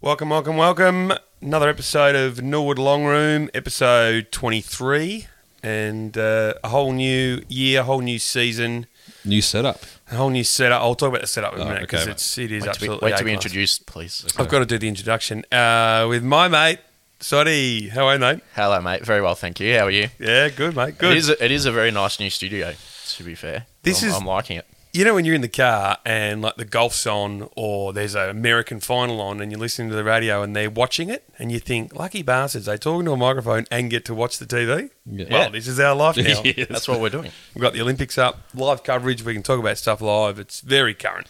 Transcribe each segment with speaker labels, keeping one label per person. Speaker 1: Welcome, welcome, welcome. Another episode of Norwood Long Room, episode 23, and uh, a whole new year, a whole new season,
Speaker 2: New setup.
Speaker 1: a whole new setup. I'll talk about the setup in a
Speaker 2: Oh,
Speaker 1: minute
Speaker 2: okay,
Speaker 1: because
Speaker 2: mate.
Speaker 1: it's it is
Speaker 3: Wait to be,
Speaker 1: absolutely.
Speaker 3: wait to be
Speaker 1: A-class.
Speaker 3: introduced, please.
Speaker 1: I've got to do the introduction uh, with my mate Soddy. How are you, mate?
Speaker 3: Hello, mate. Very well, thank you. How are you?
Speaker 1: Yeah, good, mate. Good.
Speaker 3: It is. A, it is a very nice new studio. To be fair,
Speaker 1: This
Speaker 3: I'm,
Speaker 1: is-
Speaker 3: I'm liking it.
Speaker 1: You know when you're in the car and like the golf's on or there's an American final on and you're listening to the radio and they're watching it and you think, lucky bastards, they talk into a microphone and get to watch the TV.
Speaker 2: Yeah.
Speaker 1: Well, this is our life now.
Speaker 2: Yes.
Speaker 3: That's what we're doing.
Speaker 1: We've got the Olympics up, live coverage. We can talk about stuff live. It's very current.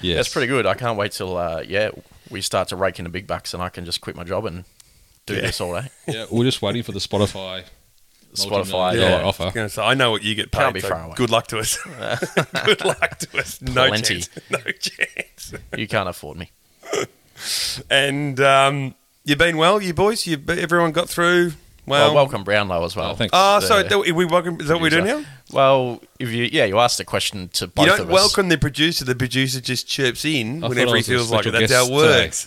Speaker 2: Yes.
Speaker 3: That's pretty good. I can't wait till uh, yeah we start to rake in the big bucks and I can just quit my job and do
Speaker 1: Yeah.
Speaker 3: this all day.
Speaker 2: Yeah, we're just waiting for the Spotify.
Speaker 3: Spotify.
Speaker 2: Yeah.
Speaker 3: Yeah.
Speaker 2: offer.
Speaker 1: I was gonna say, I know what you get paid.
Speaker 3: Can't be
Speaker 1: so
Speaker 3: far away.
Speaker 1: Good luck to us. good luck to us. No
Speaker 3: Plenty.
Speaker 1: chance. No chance.
Speaker 3: You can't afford me.
Speaker 1: And um, you've been well, you boys. You everyone got through. Well,
Speaker 3: Well, Oh, welcome Brownlow as well.
Speaker 2: Oh, thanks.
Speaker 1: Ah,
Speaker 3: the
Speaker 1: so that we welcome. Is that what we're doing
Speaker 3: producer.
Speaker 1: now?
Speaker 3: Well, if you yeah you asked the question to both
Speaker 1: you don't
Speaker 3: of us.
Speaker 1: welcome the producer. The producer just chirps in
Speaker 2: I thought
Speaker 1: whenever
Speaker 2: I
Speaker 1: he
Speaker 2: was a
Speaker 1: feels like it.
Speaker 2: special
Speaker 1: That's how it
Speaker 2: guest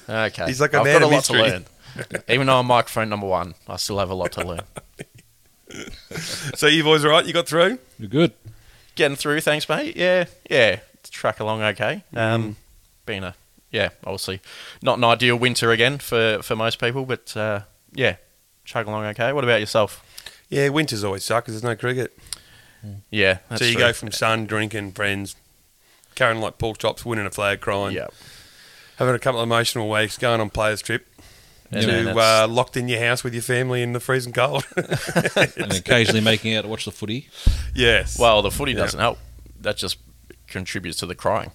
Speaker 2: today.
Speaker 1: works.
Speaker 3: Okay.
Speaker 1: He's like a
Speaker 3: I've
Speaker 1: man
Speaker 3: got a
Speaker 1: of
Speaker 3: lot
Speaker 1: mystery.
Speaker 3: to learn. Even though I'm microphone number one, I still have a lot to learn.
Speaker 1: So you boys all right? You got through?
Speaker 2: You're good.
Speaker 3: getting through. Thanks, mate. Yeah, yeah. Track along okay. Um, been a yeah, obviously not an ideal winter again for for most people, but uh, yeah, chug along okay. What about yourself?
Speaker 1: Yeah, winters always suck because there's no cricket.
Speaker 3: Yeah, that's
Speaker 1: so you
Speaker 3: true.
Speaker 1: go from sun, drinking, friends, carrying like pork chops, winning a flag, crying,
Speaker 3: yeah,
Speaker 1: having a couple of emotional weeks, going on players trip.
Speaker 3: Yeah, man,
Speaker 1: to
Speaker 3: that's-
Speaker 1: uh, locked in your house with your family in the freezing cold.
Speaker 2: And occasionally making out to watch the footy.
Speaker 1: yes.
Speaker 3: well, the footy
Speaker 1: Yeah.
Speaker 3: doesn't help. That just contributes to the crying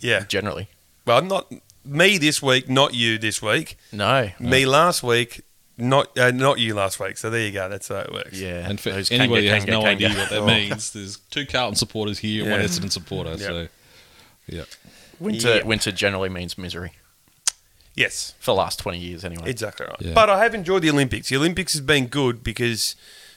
Speaker 1: yeah.
Speaker 3: generally.
Speaker 1: Well, not me this week, not you this week.
Speaker 3: No,
Speaker 1: Me last week, not uh, not you last week. So there you go. That's how it works.
Speaker 3: yeah,
Speaker 2: And for
Speaker 3: those Kanga,
Speaker 2: anybody who has
Speaker 3: Kanga,
Speaker 2: no
Speaker 3: Kanga.
Speaker 2: idea what that means, there's two Carlton supporters here and one
Speaker 1: Yeah.
Speaker 2: Essendon supporter. So, yeah.
Speaker 3: winter
Speaker 1: Yeah.
Speaker 3: winter generally means misery
Speaker 1: Yes.
Speaker 3: for the last twenty years anyway.
Speaker 1: Exactly right.
Speaker 2: Yeah.
Speaker 1: But I have enjoyed the Olympics. The Olympics has been good because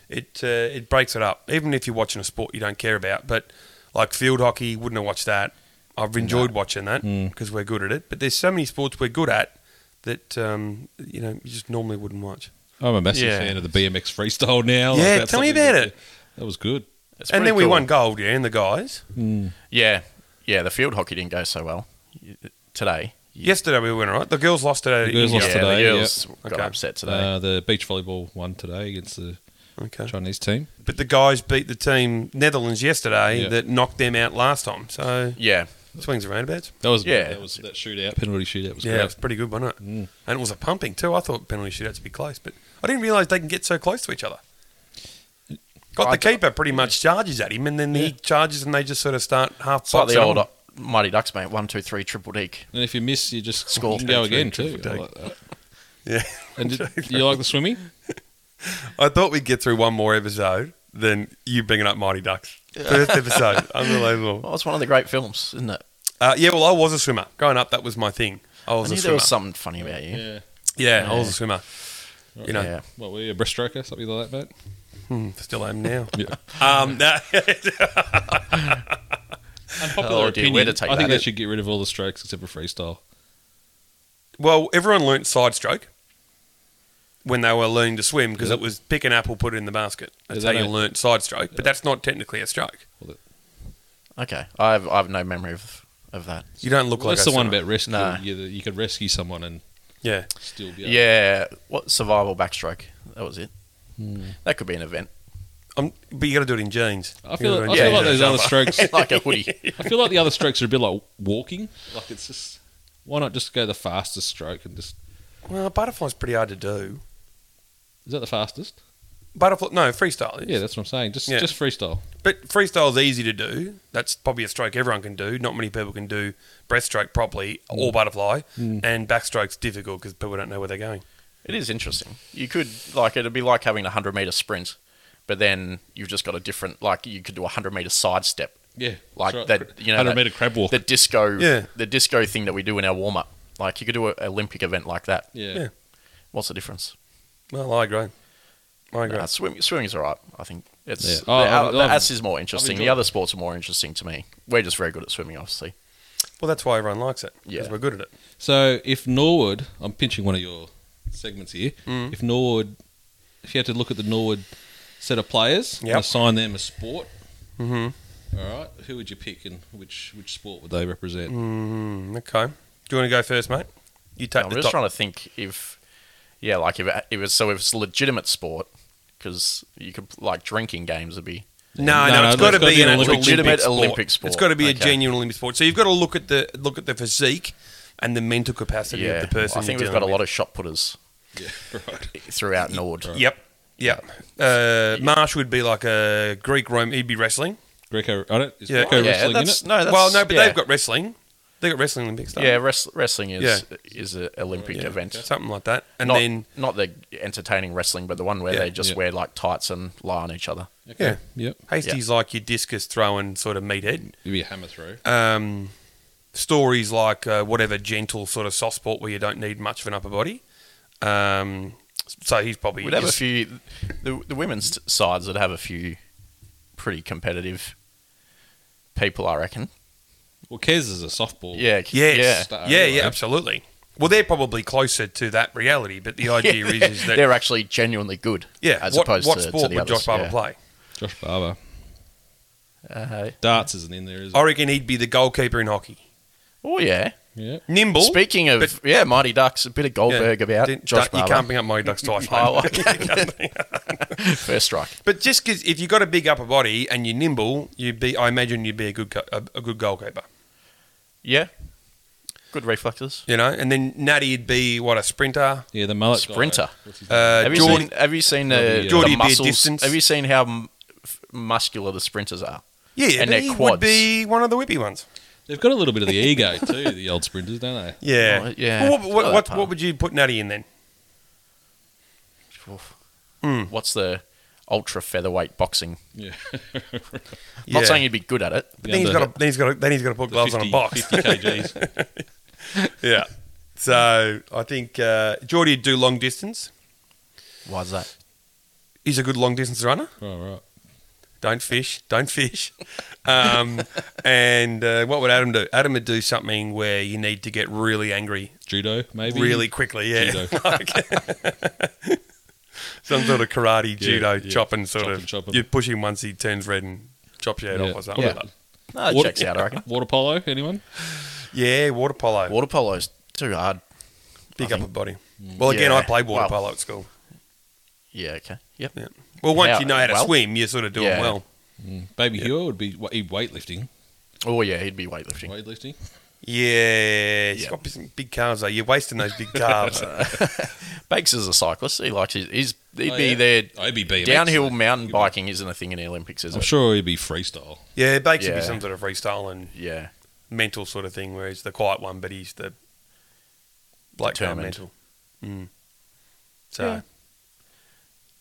Speaker 1: it uh, it breaks it up. Even if you're watching a sport you don't care about, but like field hockey, wouldn't have watched that. I've enjoyed watching that because we're good at it. But there's so many sports we're good at that um, you know you just normally wouldn't watch.
Speaker 2: I'm a massive
Speaker 3: Yeah.
Speaker 2: fan of the BMX freestyle now.
Speaker 1: Yeah,
Speaker 2: that's
Speaker 1: tell me
Speaker 2: something
Speaker 1: about
Speaker 2: that-
Speaker 1: it.
Speaker 2: That was good. Uh,
Speaker 3: It's
Speaker 1: and
Speaker 3: pretty
Speaker 1: then we
Speaker 3: cool.
Speaker 1: won gold, yeah, and the guys.
Speaker 3: Yeah, yeah. The field hockey didn't go so well today.
Speaker 1: Yesterday we won, all right? The girls lost today.
Speaker 2: The girls
Speaker 1: in
Speaker 2: lost
Speaker 3: yeah,
Speaker 1: Europe.
Speaker 2: today,
Speaker 3: the girls got
Speaker 1: Okay.
Speaker 3: upset today.
Speaker 2: Uh, the beach volleyball won today against the
Speaker 1: Okay.
Speaker 2: Chinese team.
Speaker 1: But the guys beat the team Netherlands yesterday
Speaker 2: Yeah.
Speaker 1: that knocked them out last time. So
Speaker 3: yeah,
Speaker 1: swings and roundabouts.
Speaker 2: That was
Speaker 3: Yeah.
Speaker 2: That was that shootout, penalty shootout was
Speaker 1: Yeah, it
Speaker 2: great.
Speaker 1: was pretty good, wasn't it?
Speaker 3: Mm.
Speaker 1: And it was a pumping too. I thought penalty shootouts would be close, but I didn't realise they can get so close to each other. Got the keeper pretty much charges at him, and then he charges, and they just sort of start half.
Speaker 3: it's like
Speaker 1: pipes
Speaker 3: the
Speaker 1: it
Speaker 3: old
Speaker 1: on.
Speaker 3: Mighty Ducks, mate. One, two, three, triple deek.
Speaker 2: And if you miss, you just
Speaker 3: Score.
Speaker 2: you can go again
Speaker 1: Triple
Speaker 2: too. I
Speaker 1: take.
Speaker 2: like that.
Speaker 1: Yeah,
Speaker 2: And did, you like the swimming?
Speaker 1: I thought we'd get through one more episode than you bringing up Mighty Ducks. First episode, unbelievable.
Speaker 3: Well, it's one of the great films, isn't it?
Speaker 1: Uh, yeah, well, I was a swimmer growing up. That was my thing. I
Speaker 3: I
Speaker 1: was
Speaker 3: knew
Speaker 1: a
Speaker 3: there
Speaker 1: swimmer.
Speaker 3: was something funny about you.
Speaker 2: Yeah.
Speaker 1: yeah, I was a swimmer. You know,
Speaker 3: Yeah.
Speaker 2: What were you, a breaststroker, something like that, mate?
Speaker 1: hmm, still am now.
Speaker 2: Yeah.
Speaker 1: um, that,
Speaker 2: Unpopular
Speaker 3: Oh, dear,
Speaker 2: opinion.
Speaker 3: where to take
Speaker 2: I think
Speaker 3: that?
Speaker 2: they should get rid of all the strokes except for freestyle.
Speaker 1: Well, everyone learnt side stroke when they were learning to swim because
Speaker 2: Yep.
Speaker 1: it was pick an apple, put it in the basket. That's
Speaker 2: Yeah, they
Speaker 1: how you
Speaker 2: don't-
Speaker 1: learnt side stroke, but that's not technically a stroke.
Speaker 3: Okay, I've I've no memory of of that.
Speaker 1: You don't look
Speaker 2: Well,
Speaker 1: like
Speaker 2: that's
Speaker 1: a
Speaker 2: the one
Speaker 1: swimmer.
Speaker 2: about rescue.
Speaker 3: Nah.
Speaker 2: You, you could rescue someone and
Speaker 1: yeah.
Speaker 2: still be.
Speaker 3: Yeah.
Speaker 2: able-
Speaker 3: What survival backstroke? That was it. That could be an event,
Speaker 1: Um but you got to do it in jeans.
Speaker 2: I feel,
Speaker 1: You
Speaker 2: like,
Speaker 1: gotta do
Speaker 2: I
Speaker 1: it
Speaker 2: feel
Speaker 1: in
Speaker 2: like
Speaker 1: jeans.
Speaker 2: those other strokes.
Speaker 3: like a hoodie.
Speaker 2: I feel like the other strokes are a bit like walking. Like it's just why not just go the fastest stroke and just
Speaker 1: Well, butterfly's pretty hard to do.
Speaker 2: is that the fastest?
Speaker 1: Butterfly, no freestyle. Is.
Speaker 2: Yeah, that's what I'm saying. Just
Speaker 1: Yeah.
Speaker 2: just freestyle.
Speaker 1: but freestyle's easy to do. That's probably a stroke everyone can do. Not many people can do breaststroke properly
Speaker 2: Mm.
Speaker 1: or butterfly, and backstroke's difficult because people don't know where they're going.
Speaker 3: It is interesting. You could like it'd be like having a hundred meter sprint, but then you've just got a different like you could do a hundred meter side step,
Speaker 2: Yeah,
Speaker 3: like that. You know,
Speaker 2: hundred
Speaker 3: that-
Speaker 2: meter crab walk.
Speaker 3: the disco,
Speaker 1: Yeah.
Speaker 3: the disco thing that we do in our warm up. Like you could do an Olympic event like that.
Speaker 2: yeah.
Speaker 1: Yeah.
Speaker 3: What's the difference?
Speaker 1: Well, I agree. I agree.
Speaker 3: Nah, swimming, swimming's all right. I think it's
Speaker 2: Yeah. Oh,
Speaker 3: the,
Speaker 2: I've-
Speaker 3: the
Speaker 2: I've-
Speaker 3: ass is more interesting. The
Speaker 2: enjoyed
Speaker 3: other sports are more interesting to me. We're just very good at swimming, obviously.
Speaker 1: Well, that's why everyone likes it. Because
Speaker 3: Yeah.
Speaker 1: we're good at it.
Speaker 2: So if Norwood, I'm pinching one of your segments here.
Speaker 1: Mm.
Speaker 2: If Norwood, if you had to look at the Norwood set of players
Speaker 1: Yep.
Speaker 2: and assign them a sport,
Speaker 1: Mhm.
Speaker 2: all right, who would you pick and which which sport would they represent?
Speaker 1: Mm, okay. Do you want to go first, mate? You take
Speaker 3: I'm
Speaker 1: the
Speaker 3: just
Speaker 1: top.
Speaker 3: trying to think if, yeah, like if it, if it's so if it's legitimate sport, because you could like drinking games would be
Speaker 1: No, no,
Speaker 2: No, no,
Speaker 1: it's got to
Speaker 2: it's gotta
Speaker 1: be
Speaker 2: be
Speaker 1: an
Speaker 2: an
Speaker 1: actual
Speaker 2: Olympic
Speaker 1: legitimate
Speaker 3: legitimate
Speaker 1: sport.
Speaker 3: Olympic sport.
Speaker 1: It's got to be a
Speaker 3: Okay.
Speaker 1: genuine Olympic sport. So you've got to look at the look at the physique and the mental capacity
Speaker 3: yeah.
Speaker 1: of the person.
Speaker 3: I think
Speaker 1: you're
Speaker 3: we've got a
Speaker 1: dealing
Speaker 3: lot of shot putters
Speaker 2: Yeah, right.
Speaker 3: throughout Nord.
Speaker 1: with. Yep, yep. Uh, Marsh would be like a Greek Rome. He'd be wrestling.
Speaker 2: Greco, I don't. Is
Speaker 1: Yeah.
Speaker 2: Greco
Speaker 3: Yeah,
Speaker 2: wrestling in
Speaker 3: that's-
Speaker 2: it?
Speaker 3: no, that's,
Speaker 1: well, no, but
Speaker 3: yeah.
Speaker 1: they've got wrestling. They got wrestling Olympic stuff.
Speaker 3: yeah, wrest- wrestling is is an Olympic
Speaker 1: Yeah,
Speaker 3: event.
Speaker 1: something like that. And
Speaker 3: not,
Speaker 1: then
Speaker 3: not the entertaining wrestling, but the one where
Speaker 1: Yeah.
Speaker 3: they just
Speaker 2: Yeah.
Speaker 3: wear like tights and lie on each other.
Speaker 2: Okay.
Speaker 1: Yeah.
Speaker 2: Yep.
Speaker 1: Hasty's like your discus throwing sort of meathead.
Speaker 2: It'd be a hammer throw.
Speaker 1: Um, stories like uh, whatever gentle sort of soft sport where you don't need much of an upper body. Um, so he's probably
Speaker 3: We'd have a
Speaker 1: his-
Speaker 3: few. The, the women's sides would have a few pretty competitive people, I reckon.
Speaker 2: Well, Kez is a softball.
Speaker 3: Yeah,
Speaker 1: Yes.
Speaker 2: Yeah.
Speaker 1: Yeah, yeah,
Speaker 2: Yeah.
Speaker 1: absolutely. Well, they're probably closer to that reality, but the
Speaker 3: yeah.
Speaker 1: idea is, is that
Speaker 3: they're actually genuinely good.
Speaker 1: yeah,
Speaker 3: as
Speaker 1: what,
Speaker 3: opposed
Speaker 1: what
Speaker 3: to,
Speaker 1: sport
Speaker 3: to the
Speaker 1: would
Speaker 3: others,
Speaker 1: Josh Barber
Speaker 3: yeah.
Speaker 1: play?
Speaker 2: Josh Barber.
Speaker 3: Uh,
Speaker 2: Darts isn't in there, is it?
Speaker 1: I reckon he'd be the goalkeeper in hockey.
Speaker 3: oh yeah.
Speaker 2: Yeah.
Speaker 1: Nimble.
Speaker 3: Speaking of yeah, Mighty Ducks, a bit of
Speaker 1: yeah,
Speaker 3: Goldberg about
Speaker 1: didn't-
Speaker 3: Josh
Speaker 1: You
Speaker 3: Barber.
Speaker 1: can't bring up my ducks twice. mate.
Speaker 3: Oh, okay. First strike.
Speaker 1: But just because if you got a big upper body and you're nimble, you'd be. I imagine you'd be a good co- a, a good goalkeeper.
Speaker 3: Yeah. Good reflexes.
Speaker 1: You know, and then Natty'd be what a sprinter.
Speaker 2: Yeah, the mullet guy.
Speaker 3: Sprinter.
Speaker 2: What's his name?
Speaker 1: Uh,
Speaker 3: Have you
Speaker 1: Geordie-
Speaker 3: seen? Have you seen
Speaker 2: Geordie,
Speaker 3: uh,
Speaker 2: yeah.
Speaker 1: Geordie
Speaker 3: the
Speaker 1: be a
Speaker 3: muscles?
Speaker 1: distance.
Speaker 3: Have you seen how m- f- muscular the sprinters are?
Speaker 1: yeah, yeah,
Speaker 3: and
Speaker 1: but
Speaker 3: their
Speaker 1: he would
Speaker 3: quads.
Speaker 1: be one of the whippy ones.
Speaker 2: They've got a little bit of the ego too, the old sprinters, don't they?
Speaker 1: Yeah,
Speaker 3: Oh, yeah.
Speaker 1: Well, what,
Speaker 3: Oh, that
Speaker 1: what, what,
Speaker 3: part.
Speaker 1: what would you put Natty in then?
Speaker 3: Oof.
Speaker 1: Hmm.
Speaker 3: What's the ultra featherweight boxing?
Speaker 2: Yeah.
Speaker 1: Yeah.
Speaker 3: Not saying you'd be good at it.
Speaker 1: But then he's
Speaker 2: under-
Speaker 1: got to, then he's got to, then he's got to put gloves on a box.
Speaker 2: 50 kgs.
Speaker 1: yeah. So I think uh, Geordie would do long distance.
Speaker 3: Why's that?
Speaker 1: He's a good long distance runner.
Speaker 2: All right.
Speaker 1: Don't fish. Don't fish. Um, and uh, what would Adam do? Adam would do something where you need to get really angry
Speaker 2: Judo, maybe.
Speaker 1: really quickly. Yeah.
Speaker 2: Judo.
Speaker 1: Like- some sort of karate, judo,
Speaker 2: yeah.
Speaker 1: chopping sort
Speaker 2: Chop
Speaker 1: of.
Speaker 2: and chop 'em.
Speaker 1: You push him once he turns red and chops your head off or something.
Speaker 3: Yeah.
Speaker 1: like that.
Speaker 3: No, it checks out, I reckon.
Speaker 2: Water polo, anyone?
Speaker 1: yeah water polo.
Speaker 3: Water polo's too hard.
Speaker 1: Big
Speaker 3: I
Speaker 1: upper body. Well, again,
Speaker 3: Yeah.
Speaker 1: I played water
Speaker 3: Wow.
Speaker 1: polo at school.
Speaker 3: Yeah, okay. Yep.
Speaker 1: Yeah. Well, once
Speaker 3: How-
Speaker 1: you know how to
Speaker 3: well?
Speaker 1: swim, you sort of do it
Speaker 3: Yeah.
Speaker 1: well.
Speaker 2: Baby Hua would be wa- he'd weightlifting.
Speaker 3: Oh, yeah, he'd be weightlifting.
Speaker 2: Weightlifting.
Speaker 1: Yeah, he's
Speaker 3: Yeah.
Speaker 1: got some big calves though. You're wasting those big calves.
Speaker 3: Bakes is a cyclist. He likes his. He's, he'd
Speaker 2: Oh,
Speaker 3: be
Speaker 2: yeah.
Speaker 3: there.
Speaker 2: I'd be BMX.
Speaker 3: Downhill mountain biking isn't a thing in the Olympics, is
Speaker 2: I'm
Speaker 3: it?
Speaker 2: sure he'd be freestyle.
Speaker 1: yeah, Bakes would be
Speaker 3: Yeah.
Speaker 1: some sort of freestyle and
Speaker 3: Yeah.
Speaker 1: mental sort of thing, where he's the quiet one, but he's the black card
Speaker 3: Determined.
Speaker 1: mental. Mm. So
Speaker 3: Yeah.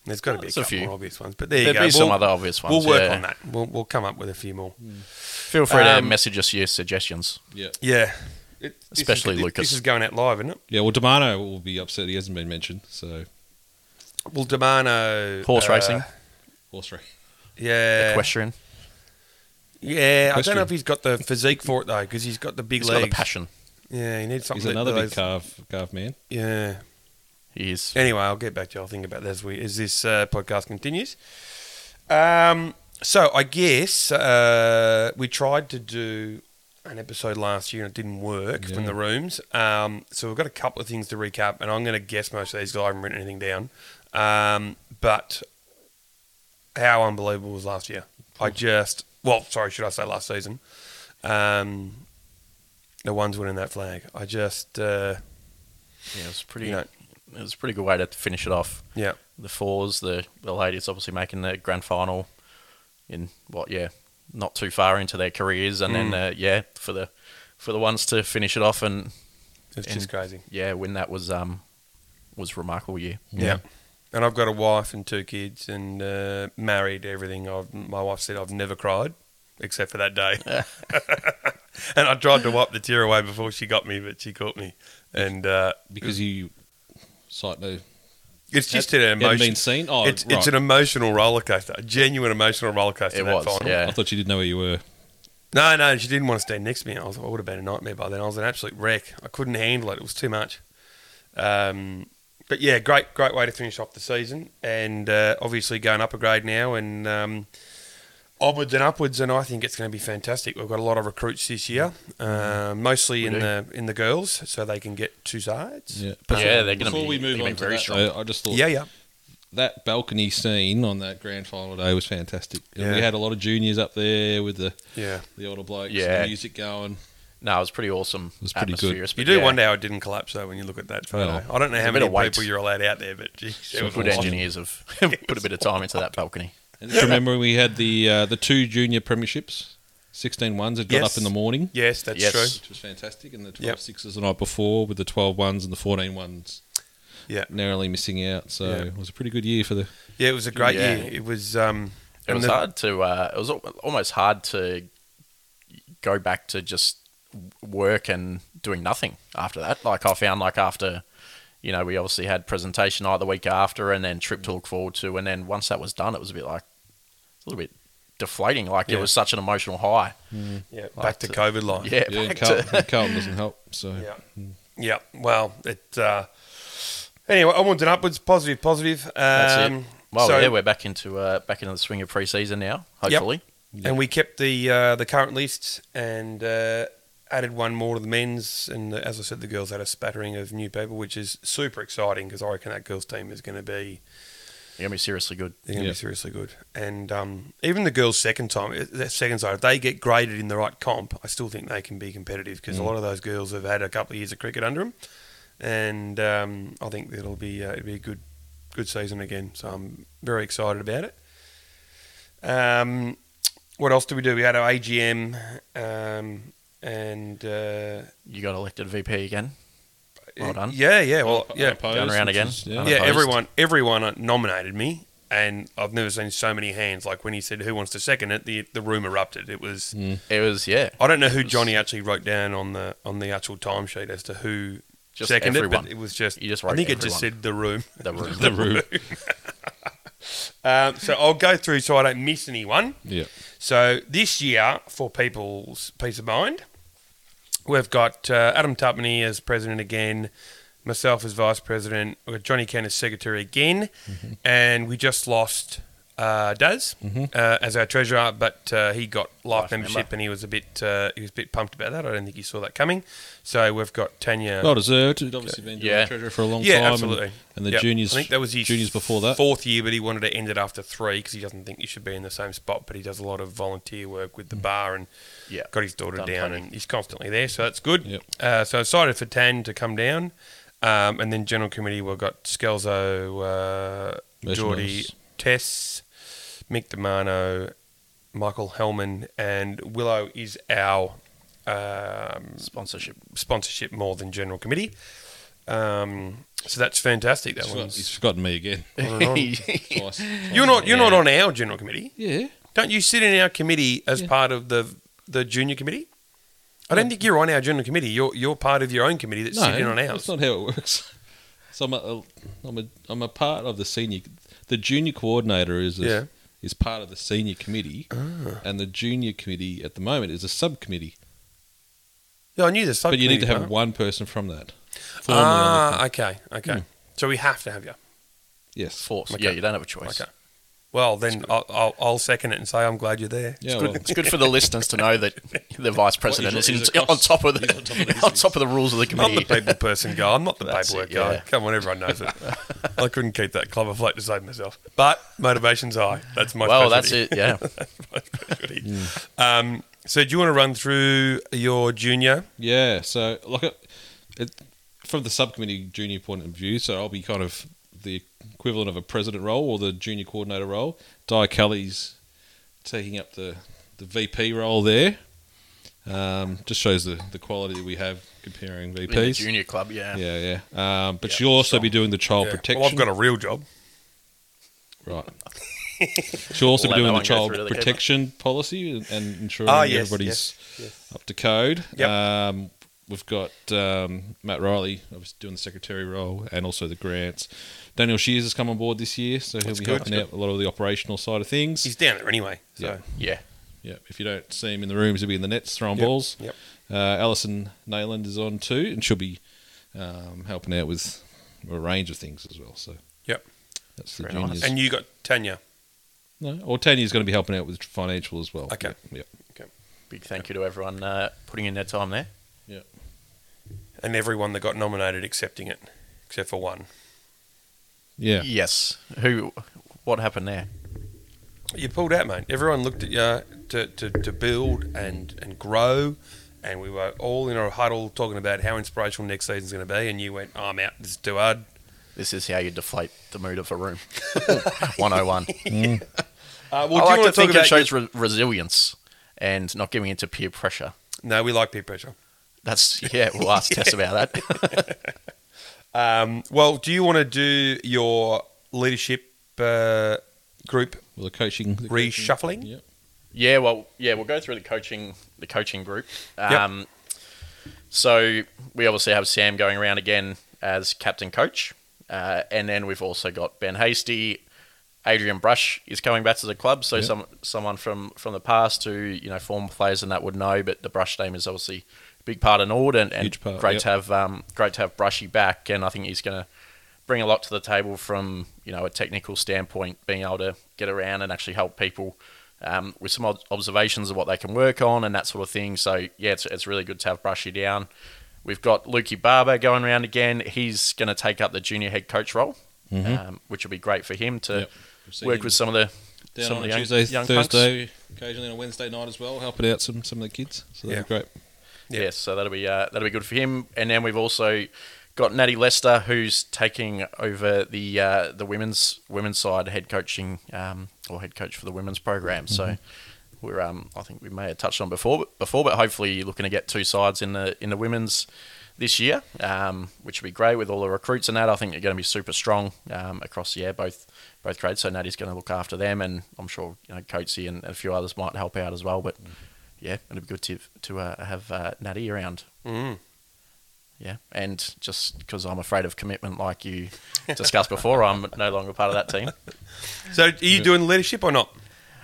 Speaker 1: there's got to
Speaker 3: Well,
Speaker 1: be a
Speaker 3: there's a
Speaker 1: couple
Speaker 3: few.
Speaker 1: more obvious ones, but there you
Speaker 3: There'd
Speaker 1: go.
Speaker 3: be
Speaker 1: we'll,
Speaker 3: some other obvious ones.
Speaker 1: we'll work
Speaker 3: yeah.
Speaker 1: on that. We'll, we'll come up with a few more.
Speaker 3: Feel free to
Speaker 1: Um,
Speaker 3: message us your suggestions.
Speaker 2: Yeah.
Speaker 1: Yeah, It- this is-
Speaker 3: Especially
Speaker 1: this-
Speaker 3: Lucas.
Speaker 1: This is going out live, isn't it?
Speaker 2: Yeah, well, Damano will be upset he hasn't been mentioned, so
Speaker 1: Well, Demano
Speaker 3: Horse
Speaker 1: uh,
Speaker 3: racing,
Speaker 2: horse race.
Speaker 1: Yeah,
Speaker 3: equestrian.
Speaker 1: yeah. I don't
Speaker 2: Equestrian.
Speaker 1: know if he's got the physique for it though, because he's got the big
Speaker 3: He's got a
Speaker 1: legs.
Speaker 3: passion.
Speaker 1: yeah, he needs something.
Speaker 2: He's
Speaker 1: that-
Speaker 2: another big
Speaker 1: those-
Speaker 2: carve, carve man.
Speaker 1: Yeah.
Speaker 3: He is.
Speaker 1: Anyway, I'll get back to you. I'll think about that as we as this uh, podcast continues. Um, so I guess uh, we tried to do an episode last year and it didn't work from
Speaker 2: Yeah.
Speaker 1: the rooms. Um, so we've got a couple of things to recap, and I'm going to guess most of these because I haven't written anything down. Um, but how unbelievable was last year? I just well, sorry, should I say last season? Um, the ones winning that flag. I just uh,
Speaker 3: Yeah, it was pretty.
Speaker 1: You know.
Speaker 3: It was a pretty good way to finish it off.
Speaker 1: yeah.
Speaker 3: The fours, the the ladies obviously making the grand final in what? Yeah, not too far into their careers, and then uh, yeah, for the for the ones to finish it off and
Speaker 1: It's
Speaker 3: And-
Speaker 1: just crazy.
Speaker 3: yeah, win that was um was a remarkable year.
Speaker 1: Yeah. And I've got a wife and two kids and uh, married everything. I've, my wife said I've never cried except for that day. and I tried to wipe the tear away before she got me, but she caught me. And uh,
Speaker 2: Because you cite no
Speaker 1: it's just
Speaker 2: Had-
Speaker 1: an
Speaker 2: hadn't
Speaker 1: emotion.
Speaker 2: been seen? Oh,
Speaker 1: it's, it's
Speaker 2: right.
Speaker 1: an emotional roller coaster, a genuine emotional roller coaster.
Speaker 3: It
Speaker 1: that
Speaker 3: was,
Speaker 1: final.
Speaker 3: yeah.
Speaker 2: I thought you didn't know where you were.
Speaker 1: No, no, she didn't want to stand next to me. I was, I would have been a nightmare by then. I was an absolute wreck. I couldn't handle it. It was too much. Um, but yeah, great, great way to finish off the season, and uh, obviously going up a grade now and um, upwards and upwards. And I think it's going to be fantastic. We've got a lot of recruits this year, uh, mostly in
Speaker 3: do.
Speaker 1: the in the girls, so they can get two sides.
Speaker 2: Yeah,
Speaker 3: Yeah, they're gonna
Speaker 2: Before
Speaker 3: be-
Speaker 2: we
Speaker 3: they're
Speaker 2: move
Speaker 3: gonna
Speaker 2: on
Speaker 3: be
Speaker 2: to
Speaker 3: very
Speaker 2: that,
Speaker 3: strong.
Speaker 2: though, I just thought
Speaker 1: yeah, yeah.
Speaker 2: that balcony scene on that grand final day was fantastic. And we
Speaker 1: Yeah.
Speaker 2: had a lot of juniors up there with the
Speaker 1: yeah.
Speaker 2: the older blokes,
Speaker 3: Yeah.
Speaker 2: and the music going.
Speaker 3: No, it was pretty awesome. It
Speaker 2: was pretty good.
Speaker 1: You do wonder how it didn't collapse though when you look at that photo.
Speaker 2: Well,
Speaker 1: I don't know
Speaker 3: there's
Speaker 1: how
Speaker 3: a bit
Speaker 1: many
Speaker 3: of weight.
Speaker 1: people you're allowed out there, but geez, there
Speaker 2: Sure,
Speaker 1: was a
Speaker 3: Good
Speaker 1: lot.
Speaker 3: engineers have put a bit of time into that balcony.
Speaker 2: And just remember, we had the uh, the two junior premierships, 16 ones had got
Speaker 1: Yes.
Speaker 2: up in the morning,
Speaker 1: Yes, that's
Speaker 3: Yes.
Speaker 1: true.
Speaker 2: which was fantastic, and the 12
Speaker 1: Yep.
Speaker 2: sixes the night before with the 12 ones and the 14 ones
Speaker 1: Yeah.
Speaker 2: narrowly missing out. So
Speaker 1: Yeah.
Speaker 2: it was a pretty good year for the.
Speaker 1: Yeah, it was a great
Speaker 3: Yeah.
Speaker 1: year. It was. Um,
Speaker 3: It
Speaker 1: and
Speaker 3: was
Speaker 1: the-
Speaker 3: hard to. Uh, it was al- almost hard to go back to just work and doing nothing after that. Like I found, like after, you know, we obviously had presentation night the week after, and then trip to look forward to, and then once that was done, it was a bit like a little bit deflating. Like
Speaker 1: Yeah.
Speaker 3: it was such an emotional high.
Speaker 1: Yeah, back
Speaker 3: Like
Speaker 1: to
Speaker 3: to-
Speaker 1: COVID life.
Speaker 3: Yeah,
Speaker 2: Yeah,
Speaker 3: back
Speaker 2: Carl,
Speaker 3: to-
Speaker 2: Carlton doesn't help. So
Speaker 1: Yeah. Yeah. Well, it. Uh, anyway, onwards and upwards. Positive, positive. Um,
Speaker 3: That's it. Well,
Speaker 1: so-
Speaker 3: yeah, we're back into uh, back into the swing of preseason now. Hopefully,
Speaker 1: And we kept the uh, the current lists and uh, added one more to the men's. And uh, as I said, the girls had a spattering of new people, which is super exciting because I reckon that girls team is going to be
Speaker 3: you're gonna be seriously good.
Speaker 1: they're going to
Speaker 2: Yeah.
Speaker 1: be seriously good. And um, even the girls' second time, uh, their second side, if they get graded in the right comp, I still think they can be competitive because a lot of those girls have had a couple of years of cricket under them, and um, I think it'll be uh, it'll be a good good season again. So I'm very excited about it. Um, what else did we do? We had our AGM, um, and uh,
Speaker 3: You got elected VP again. Well done.
Speaker 1: Yeah, yeah, well,
Speaker 2: Unopposed,
Speaker 1: yeah.
Speaker 3: Going around
Speaker 2: which
Speaker 3: again.
Speaker 2: is-
Speaker 3: Unopposed.
Speaker 1: Oh, Yeah, everyone everyone nominated me, and I've never seen so many hands. Like when he said, "Who wants to second it?" the the room erupted. It was
Speaker 3: It Hmm. was yeah,
Speaker 1: I don't know who Johnny actually wrote down on the on the actual timesheet as to who
Speaker 3: Just
Speaker 1: seconded,
Speaker 3: everyone.
Speaker 1: but it was just.
Speaker 3: You just
Speaker 1: I
Speaker 3: wrote
Speaker 1: think it just
Speaker 3: everyone.
Speaker 1: said the room.
Speaker 3: the room.
Speaker 2: The room.
Speaker 1: Um, so I'll go through so I don't miss anyone.
Speaker 2: Yeah.
Speaker 1: So this year, for people's peace of mind, we've got uh, Adam Tupmany as president again, myself as vice president, we've got Johnny Ken as secretary again, and we just lost uh, Daz uh, as our treasurer, but uh, he got life,
Speaker 3: Life
Speaker 1: membership
Speaker 3: member.
Speaker 1: and he was a bit uh, he was a bit pumped about that. I don't think he saw that coming. So we've got Tanya.
Speaker 2: Well deserved. He'd obviously been doing
Speaker 3: Yeah.
Speaker 2: the treasurer for a long
Speaker 1: yeah,
Speaker 2: time. and-
Speaker 1: absolutely.
Speaker 2: And, the
Speaker 1: Yep.
Speaker 2: juniors,
Speaker 1: I think that was his
Speaker 2: juniors before that.
Speaker 1: fourth year, but he wanted to end it after three because he doesn't think you should be in the same spot. But he does a lot of volunteer work
Speaker 2: Mm.
Speaker 1: with the bar and
Speaker 3: Yeah.
Speaker 1: got his daughter
Speaker 3: Done
Speaker 1: down,
Speaker 3: plenty.
Speaker 1: and he's constantly there, so that's good.
Speaker 2: Yep.
Speaker 1: Uh, so excited for Tan to come down, um, and then general committee we've got Skelzo, uh,
Speaker 2: Merchandise.
Speaker 1: Geordie, Tess, Mick Demano, Michael Hellman, and Willow is our um,
Speaker 3: sponsorship.
Speaker 1: sponsorship more than general committee. Um, so that's fantastic. That
Speaker 2: He's forgot- he's
Speaker 1: one's.
Speaker 2: forgotten me again. Twice.
Speaker 1: You're not you're not on our general committee.
Speaker 2: Yeah.
Speaker 1: Don't you sit in our committee as
Speaker 2: Yeah.
Speaker 1: part of the the junior committee? I don't think you're on our general committee. You're you're part of your own committee that's sitting on
Speaker 2: that's
Speaker 1: ours.
Speaker 2: not how it works. So I'm a, I'm a, I'm a part of the senior. The junior coordinator is a,
Speaker 1: Yeah. Ah.
Speaker 2: is part of the senior committee, and the junior committee at the moment is a subcommittee.
Speaker 1: Yeah, I knew this.
Speaker 2: But you need to have
Speaker 1: subcommittee
Speaker 2: one person from that. Formally on the
Speaker 1: Ah,
Speaker 2: com-
Speaker 1: okay, okay.
Speaker 2: Hmm.
Speaker 1: So we have to have you.
Speaker 2: yes.
Speaker 3: Force.
Speaker 1: Okay.
Speaker 3: Yeah, you don't have a choice.
Speaker 1: Okay. Well, then I'll, I'll, I'll second it and say I'm glad you're there.
Speaker 2: Yeah,
Speaker 1: It's
Speaker 2: Oh, well,
Speaker 1: good.
Speaker 3: It's good for the listeners to know that the vice president
Speaker 2: he's-
Speaker 3: is in,
Speaker 2: he's across-
Speaker 3: on top of
Speaker 2: he's on top of
Speaker 3: the
Speaker 2: these
Speaker 3: on top of the rules of the
Speaker 1: I'm the
Speaker 3: committee.
Speaker 1: people person guy. I'm not the
Speaker 3: That's it,
Speaker 1: paperwork guy.
Speaker 3: yeah.
Speaker 1: Come on, everyone knows it. I couldn't keep that club afloat to save myself. But motivation's high. That's my
Speaker 3: well, that's
Speaker 1: specialty.
Speaker 3: it. Yeah.
Speaker 1: um, so do you want to run through your junior?
Speaker 2: Yeah, so like it, it, from the subcommittee junior point of view, so I'll be kind of the equivalent of a president role or the junior coordinator role. Di Kelly's taking up the, the VP role there. Um, just shows the, the quality that we have comparing
Speaker 3: In the
Speaker 2: VPs.
Speaker 3: junior club. Yeah.
Speaker 2: yeah, yeah. Um, but
Speaker 3: Yeah,
Speaker 2: she'll also
Speaker 3: strong.
Speaker 2: be doing the child
Speaker 1: Yeah.
Speaker 2: protection.
Speaker 1: Well, I've got a real job.
Speaker 2: right. she'll also
Speaker 3: We'll
Speaker 2: be
Speaker 3: let
Speaker 2: doing
Speaker 3: that
Speaker 2: the child
Speaker 3: one go through to the keeper.
Speaker 2: protection policy and, and ensuring
Speaker 1: Ah,
Speaker 2: that
Speaker 1: yes,
Speaker 2: Mm. everybody's Oh.
Speaker 1: yes.
Speaker 2: up to code.
Speaker 1: Yep.
Speaker 2: Um, we've got um, Matt Riley, obviously doing the secretary role, and also the grants. Daniel Shears has come on board this year, so he'll
Speaker 1: That's
Speaker 2: be
Speaker 1: good,
Speaker 2: helping
Speaker 1: that's
Speaker 2: out a lot of the operational side of things.
Speaker 1: He's down there anyway. So
Speaker 2: Yeah.
Speaker 3: Yeah.
Speaker 2: Yeah, if you don't see him in the rooms, he'll be in the nets throwing balls.
Speaker 1: yep.
Speaker 2: Uh, Alison Nayland is on too, and she'll be um, helping out with a range of things as well. So
Speaker 1: Yep.
Speaker 2: that's the
Speaker 3: Very nice.
Speaker 2: juniors.
Speaker 1: And you got Tanya.
Speaker 2: No, or Tanya's going to be helping out with financial as well.
Speaker 1: Okay.
Speaker 2: Yeah.
Speaker 3: Big thank you to everyone uh, putting in their time there.
Speaker 1: And everyone that got nominated accepting it, except for one.
Speaker 2: Yeah. yeah.
Speaker 3: Yes. Who? What happened there?
Speaker 1: You pulled out, mate. Everyone looked at you to, to, to build and, and grow. And we were all in a huddle talking about how inspirational next season's going to be. And you went, oh, I'm out. This is too hard.
Speaker 3: This is how you deflate the mood of a room. 101.
Speaker 2: Mm.
Speaker 1: Uh,
Speaker 3: I
Speaker 1: well, do
Speaker 3: like
Speaker 1: you want
Speaker 3: to
Speaker 1: to talk
Speaker 3: think it
Speaker 1: about
Speaker 3: shows re- resilience and not giving into peer pressure.
Speaker 1: No, we like peer pressure.
Speaker 3: That's yeah. We'll ask Tess about that.
Speaker 1: Um, well, do you want to do your leadership uh, group
Speaker 2: Well, the coaching. The
Speaker 1: reshuffling?
Speaker 2: Coaching, yeah.
Speaker 3: yeah. Well. Yeah. We'll go through the coaching. The coaching group. Um, So we obviously have Sam going around again as captain coach, uh, and then we've also got Ben Hasty. Adrian Brush is coming back to the club, so
Speaker 2: Yeah.
Speaker 3: some someone from from the past who you know former players and that would know, but the Brush name is obviously a big part of Nord, and, and
Speaker 2: Huge part,
Speaker 3: great
Speaker 2: yeah.
Speaker 3: to have um, great to have Brushy back, and I think he's going to bring a lot to the table from you know a technical standpoint, being able to get around and actually help people um, with some ob- observations of what they can work on and that sort of thing. So yeah, it's, it's really good to have Brushy down. We've got Lukey Barber going around again. He's going to take up the junior head coach role, um, which will be great for him to
Speaker 2: Yep. We've seen
Speaker 3: work
Speaker 2: him
Speaker 3: with some of the
Speaker 2: Down
Speaker 3: some
Speaker 2: on
Speaker 3: of
Speaker 2: a
Speaker 3: the young-
Speaker 2: Tuesday,
Speaker 3: young punks.
Speaker 2: Thursday, occasionally on a Wednesday night as well, helping out some, some of the kids. So that'd be great.
Speaker 1: Yeah.
Speaker 3: Yes, so that'll be uh, that'll be good for him. And then we've also got Natty Lester, who's taking over the uh, the women's women's side head coaching um, or head coach for the women's program. So we're um, I think we may have touched on before before, but hopefully looking to get two sides in the in the women's this year, um, which would be great with all the recruits and that. I think they're going to be super strong um, across the air, both both grades. So Natty's going to look after them, and I'm sure you know Coatsy and, and a few others might help out as well. But yeah, it'd be good to to uh, have uh, Natty around.
Speaker 1: Mm.
Speaker 3: Yeah, and just because I'm afraid of commitment, like you discussed before, I'm no longer part of that team.
Speaker 1: So, are you doing leadership or not?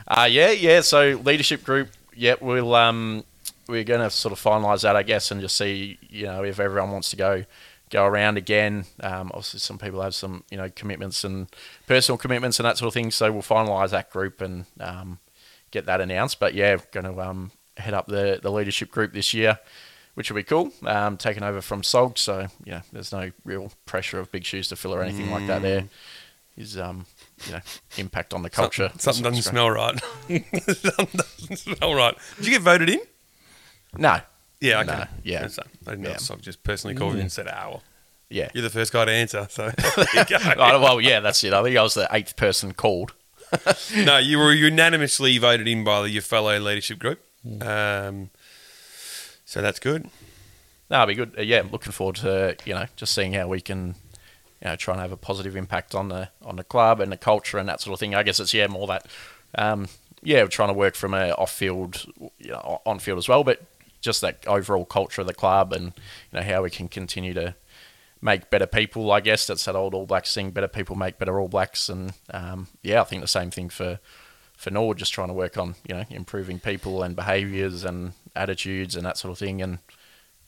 Speaker 3: Uh, yeah, yeah. So leadership group. Yeah, we'll um, we're going to sort of finalise that, I guess, and just see you know if everyone wants to go go around again. Um, obviously, some people have some you know commitments and personal commitments and that sort of thing. So we'll finalise that group and um, get that announced. But yeah, going to um, head up the the leadership group this year. Which will be cool, um, taken over from Sog. So, you know, there's no real pressure of big shoes to fill or anything like that
Speaker 1: Mm.
Speaker 3: there. His, um, you know, impact on the culture.
Speaker 1: Something
Speaker 3: It's-
Speaker 1: doesn't
Speaker 3: it's great.
Speaker 1: smell right. Something doesn't smell right. Did you get voted in?
Speaker 3: No,
Speaker 1: Yeah, okay.
Speaker 3: No, yeah.
Speaker 1: So, I didn't know.
Speaker 3: Yeah. Mm.
Speaker 1: So I just personally called you and said, ah, well,
Speaker 3: yeah.
Speaker 1: you're the first guy to answer. So, there you go.
Speaker 3: Right, well, yeah, that's it. I think I was the eighth person called.
Speaker 1: no, you were unanimously voted in by your fellow leadership group.
Speaker 3: Mm.
Speaker 1: Um, so that's good.
Speaker 3: No, it'd be good. Uh, yeah, I'm looking forward to you know just seeing how we can you know try and have a positive impact on the on the club and the culture and that sort of thing. I guess it's yeah more that um, yeah we're trying to work from a off field you know, on field as well, but just that overall culture of the club and you know how we can continue to make better people. I guess that's that old All Blacks thing. Better people make better All Blacks, and um, yeah, I think the same thing for for Nord. Just trying to work on you know improving people and behaviours and attitudes and that sort of thing, and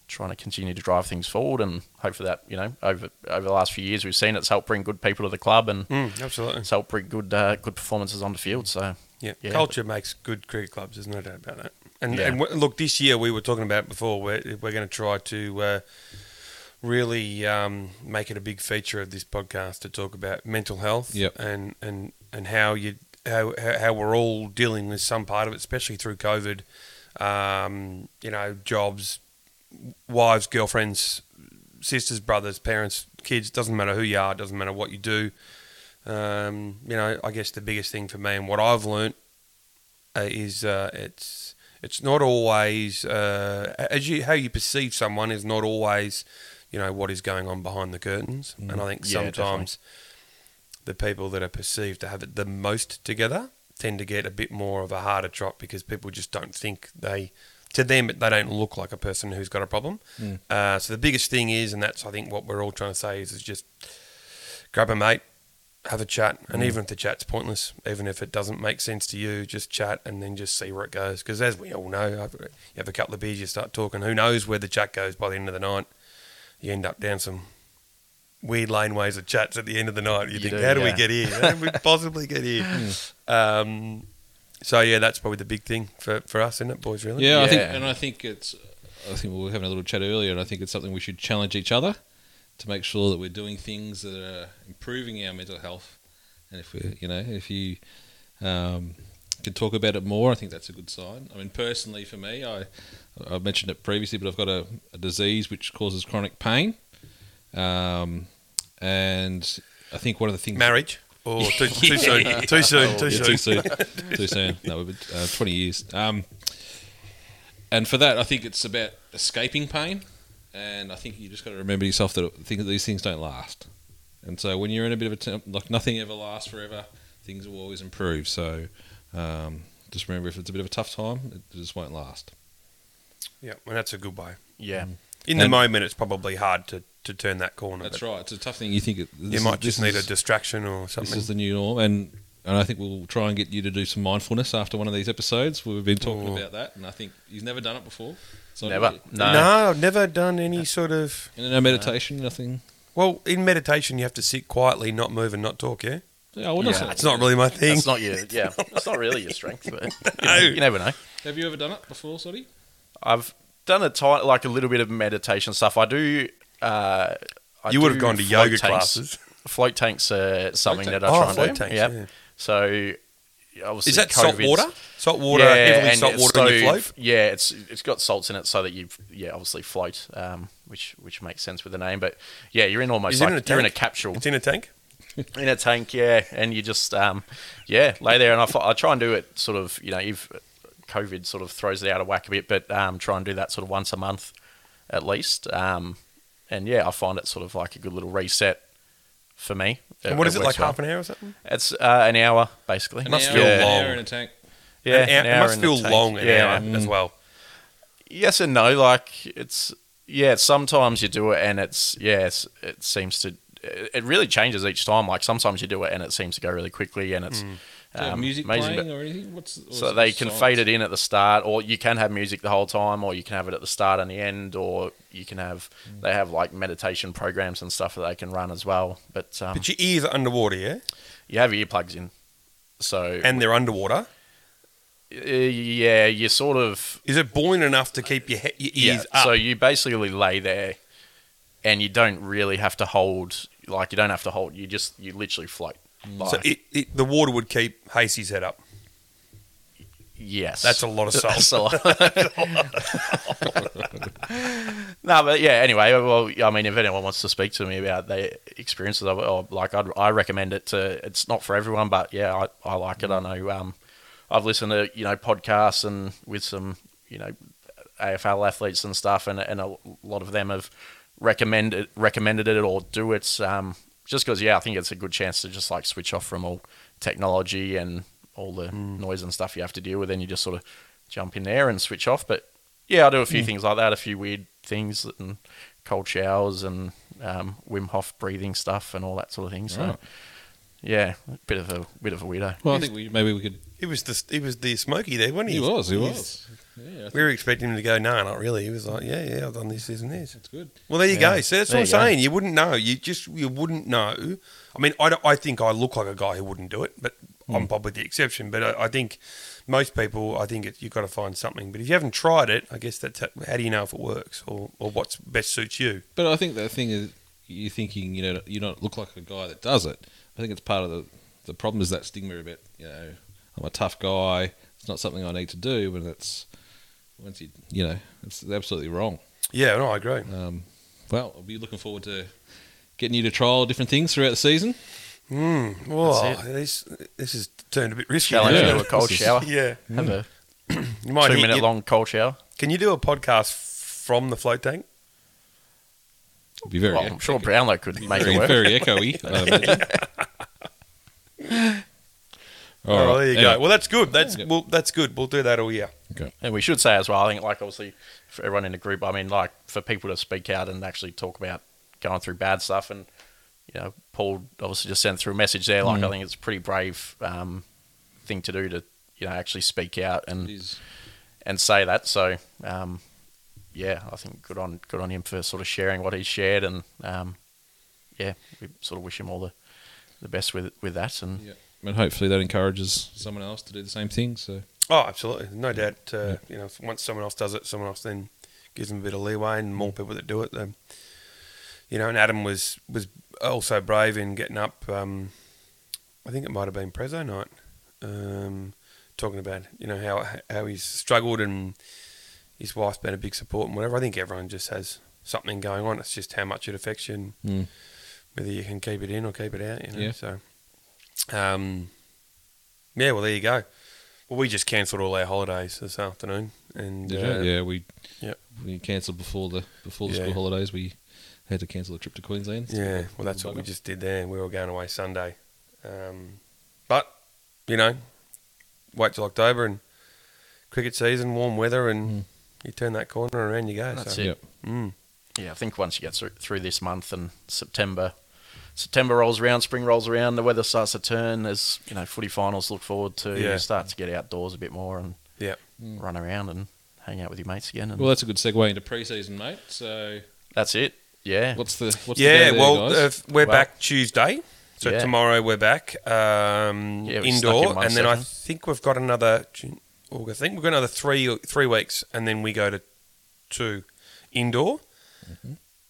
Speaker 3: trying to continue to drive things forward. And hopefully that you know over over the last few years we've seen it's helped bring good people to the club and
Speaker 1: Mm, absolutely.
Speaker 3: it's helped bring good uh, good performances on the field. So
Speaker 1: Yeah,
Speaker 3: Yeah,
Speaker 1: culture makes good cricket clubs. There's no doubt about that. And
Speaker 3: Yeah.
Speaker 1: and w- look, this year we were talking about before. We're we're going to try to uh, really um, make it a big feature of this podcast to talk about mental health.
Speaker 2: Yep.
Speaker 1: And and and how you how how how we're all dealing with some part of it, especially through COVID. Um, you know, jobs, wives, girlfriends, sisters, brothers, parents, kids. Doesn't matter who you are. Doesn't matter what you do. Um, you know, I guess the biggest thing for me and what I've learnt uh, is uh, it's it's not always uh, as you how you perceive someone is not always you know what is going on behind the curtains, and I think
Speaker 3: Yeah,
Speaker 1: sometimes the people that are perceived to have it the most together tend to get a bit more of a harder trot because people just don't think they to them they don't look like a person who's got a problem. Uh, so the biggest thing is, and that's I think what we're all trying to say is, is just grab a mate, have a chat, and
Speaker 3: Mm.
Speaker 1: even if the chat's pointless, even if it doesn't make sense to you, just chat and then just see where it goes. Because as we all know, after you have a couple of beers, you start talking. Who knows where the chat goes by the end of the night? You end up down some weird laneways of chats at the end of the night. You,
Speaker 3: You
Speaker 1: think,
Speaker 3: do,
Speaker 1: how do we
Speaker 3: yeah. Hmm.
Speaker 1: get here? How did we possibly get here? um, so yeah, that's probably the big thing for, for us, isn't it, boys? Really?
Speaker 2: Yeah, I think,
Speaker 3: Yeah.
Speaker 2: and I think it's. I think we were having a little chat earlier, and I think it's something we should challenge each other to make sure that we're doing things that are improving our mental health. And if we, you know, if you um, can talk about it more, I think that's a good sign. I mean, personally, for me, I I mentioned it previously, but I've got a, a disease which causes chronic pain, um, and I think one of the things
Speaker 1: Marriage. Or too, too soon. Too soon. Too soon.
Speaker 2: yeah, too soon. too soon. No, we've been, uh, 20 years. Um, and for that, I think it's about escaping pain. And I think you just got to remember yourself that think that these things don't last. And so when you're in a bit of a temp, like nothing ever lasts forever, things will always improve. So um, just remember if it's a bit of a tough time, it just won't last.
Speaker 1: Yeah, and that's a good way.
Speaker 3: Yeah.
Speaker 1: In the
Speaker 2: And-
Speaker 1: moment, it's probably hard to, to turn that corner.
Speaker 2: That's
Speaker 1: but
Speaker 2: right. It's a tough thing. You think it,
Speaker 1: You
Speaker 2: this
Speaker 1: might
Speaker 2: is-
Speaker 1: just
Speaker 2: this
Speaker 1: need a
Speaker 2: is-
Speaker 1: distraction or
Speaker 2: This
Speaker 1: something.
Speaker 2: is the new norm, and and I think we'll try and get you to do some mindfulness after one of these episodes. We've been talking
Speaker 1: Oh.
Speaker 2: about that, and I think you've never done it before. So
Speaker 3: Never.
Speaker 1: no.
Speaker 3: No.
Speaker 1: I've never done any sort of.
Speaker 2: And no meditation, nothing.
Speaker 1: Well, in meditation, you have to sit quietly, not move, and not talk. Yeah,
Speaker 2: Yeah, well, that's
Speaker 3: Yeah.
Speaker 2: not-
Speaker 1: it's not really my thing.
Speaker 3: That's not your. Yeah. It's not really your strength, but you,
Speaker 1: No.
Speaker 3: know, you never know.
Speaker 2: Have you ever done it before, Soddy?
Speaker 3: I've done a tight, like a little bit of meditation stuff. I do. Uh, I
Speaker 1: You would have
Speaker 3: do
Speaker 1: gone to
Speaker 3: float
Speaker 1: yoga
Speaker 3: tanks.
Speaker 1: classes.
Speaker 3: Float tanks are something
Speaker 2: Float
Speaker 3: that I
Speaker 1: tank-
Speaker 3: try
Speaker 1: Oh,
Speaker 3: and
Speaker 1: float
Speaker 3: do.
Speaker 1: tanks,
Speaker 3: Yep.
Speaker 1: yeah.
Speaker 3: So obviously,
Speaker 1: Is that salt
Speaker 3: COVID's-
Speaker 1: water? Salt water, heavily
Speaker 3: and
Speaker 1: salt
Speaker 3: it's
Speaker 1: water in your
Speaker 3: so-
Speaker 1: float.
Speaker 3: Yeah, it's it's got salts in it so that you yeah obviously float, um, which which makes sense with the name. But yeah, you're in almost
Speaker 1: Is it
Speaker 3: like
Speaker 1: in a
Speaker 3: you're in a
Speaker 1: tank?
Speaker 3: capsule
Speaker 1: It's in a tank.
Speaker 3: in a tank, yeah, and you just um, yeah lay there. And I, fo- I try and do it sort of you know if COVID sort of throws it out of whack a bit, but um, try and do that sort of once a month at least. Um, and yeah, I find it sort of like a good little reset for me.
Speaker 1: and what is it like?
Speaker 3: works well.
Speaker 1: Half an hour or something?
Speaker 3: It's uh, an hour basically.
Speaker 1: Must
Speaker 2: hour,
Speaker 1: feel
Speaker 2: an
Speaker 1: long.
Speaker 2: hour in a tank.
Speaker 3: Yeah,
Speaker 1: An hour-
Speaker 3: an
Speaker 1: it
Speaker 3: hour
Speaker 1: must
Speaker 3: in the
Speaker 1: feel
Speaker 3: tank.
Speaker 1: long an
Speaker 3: Yeah.
Speaker 1: hour as well.
Speaker 3: Yes and no. Like it's yeah. Sometimes you do it and it's yeah. It's, it seems to it it really changes each time. Like sometimes you do it and it seems to go really quickly and it's
Speaker 2: Do you have
Speaker 3: um,
Speaker 2: Hmm. music
Speaker 3: amazing.
Speaker 2: playing
Speaker 3: But-
Speaker 2: or anything? What's, what's
Speaker 3: so they can fade it in at the start, or you can have music the whole time, or you can have it at the start and the end, or you can have
Speaker 2: Hmm.
Speaker 3: they have like meditation programs and stuff that they can run as well. But, um,
Speaker 1: But your ears are underwater, yeah,
Speaker 3: you have your earplugs in, so
Speaker 1: and they're underwater.
Speaker 3: uh, yeah, you sort of
Speaker 1: Is it buoyant enough to keep your, he- your ears up?
Speaker 3: So you basically lay there, and you don't really have to hold. Like you don't have to hold. You just you literally float. Like,
Speaker 1: Mm. So it, it, the water would keep Hasey's head up.
Speaker 3: yes,
Speaker 1: That's a lot of salt.
Speaker 3: That's a lot. no, but yeah. Anyway, well, I mean, if anyone wants to speak to me about their experiences of it, or like, I'd, I recommend it to. It's not for everyone, but yeah, I, I like it. I
Speaker 1: Mm.
Speaker 3: know. Um, I've listened to you know podcasts and with some you know AFL athletes and stuff, and and a lot of them have recommended recommended it or do it. Um, just because, yeah, I think it's a good chance to just like switch off from all technology and all the noise and stuff you have to deal with, and you just sort of jump in there and switch off. But yeah, I do a few things like that, a few weird things and cold showers and um, Wim Hof breathing stuff and all that sort of thing. So
Speaker 2: Right.
Speaker 3: yeah, a bit of a bit of a weirdo.
Speaker 2: Well, I think we, maybe we could.
Speaker 1: He was the he was the smoky there, wasn't he?
Speaker 2: He was. He
Speaker 1: He's-
Speaker 2: was. Yeah, I
Speaker 1: We
Speaker 2: think
Speaker 1: were expecting him to go, no, not really. He was like, yeah, yeah, I've done this, this, and this.
Speaker 2: that's good.
Speaker 1: Well, there you go. So that's
Speaker 3: There
Speaker 1: what
Speaker 3: you
Speaker 1: I'm
Speaker 3: go.
Speaker 1: saying. You wouldn't know. You just you wouldn't know. I mean, I, don't- I think I look like a guy who wouldn't do it, but
Speaker 2: Hmm.
Speaker 1: I'm probably the exception. But I, I think most people, I think it, you've got to find something. But if you haven't tried it, I guess that's how, how do you know if it works or, or what's best suits you?
Speaker 2: But I think the thing is, you're thinking, you know, you don't look like a guy that does it. I think it's part of the the problem is that stigma about, you know, I'm a tough guy. It's not something I need to do, but it's once you, you know, it's absolutely wrong.
Speaker 1: Yeah, no, I agree.
Speaker 2: Um, well, I'll be looking forward to getting you to trial different things throughout the season.
Speaker 1: Mm, whoa, this this has turned a bit risky.
Speaker 3: Challenge
Speaker 2: Yeah.
Speaker 1: hasn't
Speaker 3: into a cold
Speaker 2: This is-
Speaker 3: shower.
Speaker 1: it? Yeah,
Speaker 3: Have a
Speaker 1: you might
Speaker 3: two
Speaker 1: hit-
Speaker 3: minute
Speaker 1: you-
Speaker 3: long cold shower.
Speaker 1: Can you do a podcast from the float tank?
Speaker 2: It'll be very,
Speaker 3: Well, I'm sure Brownlow could make
Speaker 2: very,
Speaker 3: it work.
Speaker 2: very echoey. I imagine. All
Speaker 1: Oh,
Speaker 2: right.
Speaker 1: there you
Speaker 2: Anyway,
Speaker 1: go. Well, that's good. That's
Speaker 2: Yeah.
Speaker 1: well, that's good. We'll do that all year.
Speaker 3: And we should say as well, I think, like, obviously, for everyone in the group, I mean, like, for people to speak out and actually talk about going through bad stuff and you know, Paul obviously just sent through a message there. Like, I think it's a pretty brave um, thing to do to, you know, actually speak out and
Speaker 2: He's-
Speaker 3: and say that. So, um, yeah, I think good on good on him for sort of sharing what he's shared, and um, yeah, we sort of wish him all the the best with with that. And
Speaker 2: yeah. And hopefully that encourages someone else to do the same thing. So
Speaker 1: Oh, absolutely, no doubt. Uh, You know, if- once someone else does it, someone else then gives them a bit of leeway, and
Speaker 2: Mm.
Speaker 1: more people that do it, then you know. And Adam was was also brave in getting up. Um, I think it might have been Prezzo night, um, talking about you know how how he's struggled and his wife's been a big support and whatever. I think everyone just has something going on. It's just how much it affects you, and
Speaker 2: Mm.
Speaker 1: whether you can keep it in or keep it out. You know,
Speaker 2: Yeah.
Speaker 1: so. Um, yeah, well, there you go. Well, we just cancelled all our holidays this afternoon, and
Speaker 2: yeah,
Speaker 1: uh,
Speaker 2: yeah we
Speaker 1: Yep.
Speaker 2: we cancelled before the before the
Speaker 1: Yeah.
Speaker 2: school holidays. We had to cancel a trip to Queensland.
Speaker 1: yeah, Well, that's what we just did there. We were going away Sunday, um, but you know, wait till October and cricket season, warm weather, and you turn that corner around, you go.
Speaker 3: Mm. That's
Speaker 1: so,
Speaker 3: it.
Speaker 2: Yep.
Speaker 1: Mm.
Speaker 3: yeah, I think once you get through, through this month and September, September rolls around, spring rolls around, the weather starts to turn. There's you know footy finals to look forward to.
Speaker 1: Yeah. Hmm.
Speaker 3: You start to get outdoors a bit more and
Speaker 1: Yeah.
Speaker 3: run around and hang out with your mates again. And
Speaker 2: Well, that's a good segue into pre-season, mate. So
Speaker 3: that's it. Yeah,
Speaker 2: what's the what's
Speaker 1: yeah,
Speaker 2: the go there,
Speaker 1: well,
Speaker 2: guys?
Speaker 1: uh, f- we're
Speaker 3: Wow.
Speaker 1: back Tuesday. So
Speaker 3: Yeah.
Speaker 1: tomorrow we're back um,
Speaker 3: Yeah, we snuck in
Speaker 1: indoor,
Speaker 3: one
Speaker 1: and then I
Speaker 3: session.
Speaker 1: think we've got another. June, August, I think we've got another three three weeks, and then we go to two indoor.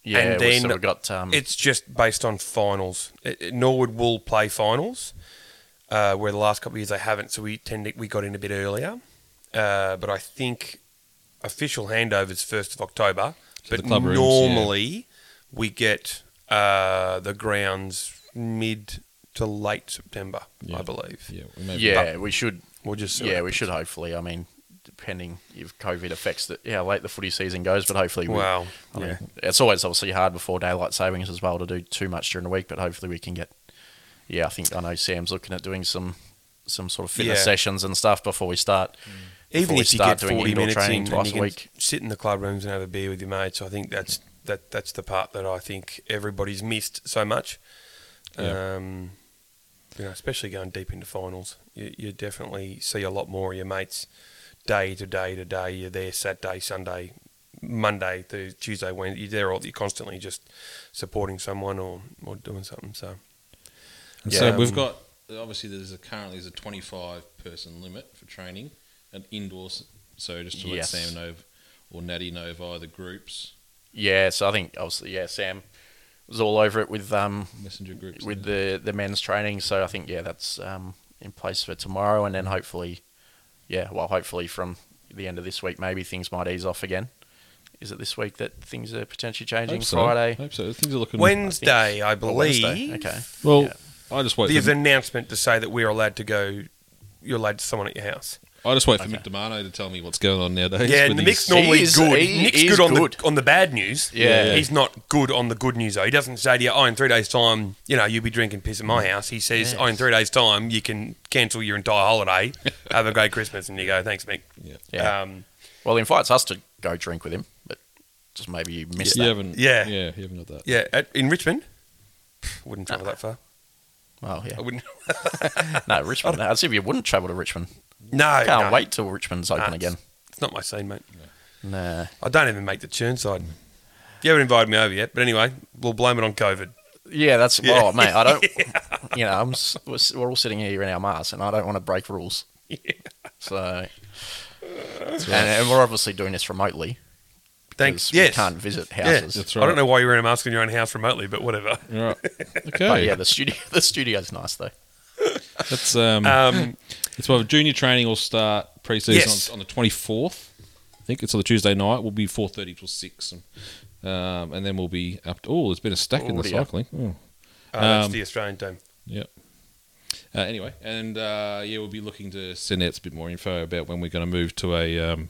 Speaker 3: yeah.
Speaker 1: and
Speaker 3: we
Speaker 1: then
Speaker 3: sort of got
Speaker 2: Mm.
Speaker 3: um,
Speaker 1: It's just based on finals. It- it- Norwood will play finals, uh, where the last couple of years they haven't, so we tend to, we got in a bit earlier. Uh, but I think official handovers first of October.
Speaker 2: the
Speaker 1: but
Speaker 2: club rooms, yeah.
Speaker 1: normally we get uh, the grounds mid to late September,
Speaker 2: Yeah.
Speaker 1: I believe.
Speaker 2: yeah, we may be-
Speaker 3: yeah, we should
Speaker 1: We'll just
Speaker 3: yeah, we should hopefully. I mean, depending if COVID affects the, how late the footy season goes, but hopefully, we,
Speaker 1: Wow.
Speaker 3: I mean,
Speaker 1: yeah.
Speaker 3: it's always obviously hard before daylight savings as well to do too much during the week, but hopefully we can get. Yeah, I think I know Sam's looking at doing some some sort of fitness
Speaker 1: Yeah. Mm.
Speaker 3: sessions and stuff before we start.
Speaker 1: Even
Speaker 3: before we
Speaker 1: if you
Speaker 3: start
Speaker 1: get
Speaker 3: doing
Speaker 1: forty
Speaker 3: indoor
Speaker 1: minutes
Speaker 3: training
Speaker 1: in,
Speaker 3: twice
Speaker 1: and
Speaker 3: a
Speaker 1: you can
Speaker 3: week.
Speaker 1: sit in the club rooms and have a beer with your mates. I think that's that that's the part that I think everybody's missed so much.
Speaker 2: Yeah.
Speaker 1: Um, you know, especially going deep into finals, you, you definitely see a lot more of your mates day to day to day. You're there Saturday, Sunday, Monday, Thursday, Tuesday, Wednesday. You're there all. You're constantly just supporting someone or or doing something. So
Speaker 2: And
Speaker 3: Yeah,
Speaker 2: so
Speaker 1: um,
Speaker 2: we've got obviously there's a, currently there's a 25 person limit for training and indoors. So just to
Speaker 3: Yes.
Speaker 2: let Sam know or Natty know via the groups
Speaker 3: Yeah, so I think obviously yeah, Sam was all over it with um
Speaker 2: messenger groups
Speaker 3: with
Speaker 2: yeah.
Speaker 3: the the men's training. So I think yeah, that's um, in place for tomorrow, and then hopefully, yeah, well, hopefully from the end of this week, maybe things might ease off again. Is it this week that things are potentially changing?
Speaker 2: Hope so.
Speaker 3: Friday.
Speaker 2: Hope so. Things are looking
Speaker 1: Wednesday, I,
Speaker 3: or
Speaker 1: believe.
Speaker 3: Wednesday? Okay.
Speaker 2: Well,
Speaker 3: Yeah.
Speaker 2: I just wait.
Speaker 1: There's
Speaker 2: For,
Speaker 1: an announcement to say that we're allowed to go. You're allowed to someone at your house.
Speaker 2: I just wait for
Speaker 3: Okay.
Speaker 2: Mick Demano to tell me what's going on nowadays.
Speaker 1: Yeah,
Speaker 2: with
Speaker 1: and the
Speaker 2: his-
Speaker 1: Mick's normally
Speaker 3: He is-
Speaker 1: good.
Speaker 3: he
Speaker 1: Nick's
Speaker 3: is
Speaker 1: good on
Speaker 3: good.
Speaker 1: the on the bad news.
Speaker 3: Yeah.
Speaker 1: he's not good on the good news though. He doesn't say to you, "Oh, in three days' time, you know, you'll be drinking piss at my house." He says,
Speaker 3: Yes.
Speaker 1: "Oh, in three days' time, you can cancel your entire holiday. Have a great Christmas." And you go, "Thanks, Mick."
Speaker 2: Yeah.
Speaker 3: Yeah.
Speaker 1: um,
Speaker 3: Well, he invites us to go drink with him, but just maybe you missed
Speaker 2: You
Speaker 3: that.
Speaker 2: haven't.
Speaker 1: Yeah.
Speaker 2: Yeah. You haven't got that.
Speaker 1: yeah. At, in Richmond, wouldn't travel that far.
Speaker 3: Well,
Speaker 1: I
Speaker 3: yeah.
Speaker 1: wouldn't.
Speaker 3: No, Richmond. I'd see if you wouldn't travel to Richmond.
Speaker 1: No,
Speaker 3: Can't
Speaker 1: no.
Speaker 3: wait till Richmond's open
Speaker 1: Nah, it's-
Speaker 3: again.
Speaker 1: It's not my scene, mate.
Speaker 3: Nah.
Speaker 1: I don't even make the churn side. You haven't invited me over yet, but anyway, we'll blame it on COVID.
Speaker 3: Yeah, that's
Speaker 1: Yeah.
Speaker 3: well, mate. I don't. You know, I'm. s- We're, s- we're all sitting here in our masks, and I don't want to break rules. So, and, and we're obviously doing this remotely.
Speaker 1: Thanks.
Speaker 3: 'cause we
Speaker 1: Yes.
Speaker 3: can't visit
Speaker 1: Yeah.
Speaker 3: houses.
Speaker 2: That's
Speaker 1: I
Speaker 2: right.
Speaker 1: don't know why you're in a mask in your own house remotely, but whatever.
Speaker 2: All right.
Speaker 3: But
Speaker 2: Okay.
Speaker 3: yeah, the studio. The studio's nice though.
Speaker 2: That's um.
Speaker 1: Um,
Speaker 2: It's well, junior training will start pre-season
Speaker 1: Yes.
Speaker 2: on, on the twenty fourth. I think it's on the Tuesday night. We'll be four thirty till six, and, um, and then we'll be up. To, oh, there's been a stack in
Speaker 3: Oh,
Speaker 2: the
Speaker 3: dear.
Speaker 2: cycling. Oh,
Speaker 1: Oh, that's
Speaker 2: Um,
Speaker 1: the Australian team.
Speaker 2: yeah. Uh, anyway, and uh, yeah, we'll be looking to send out a bit more info about when we're going to move to a um,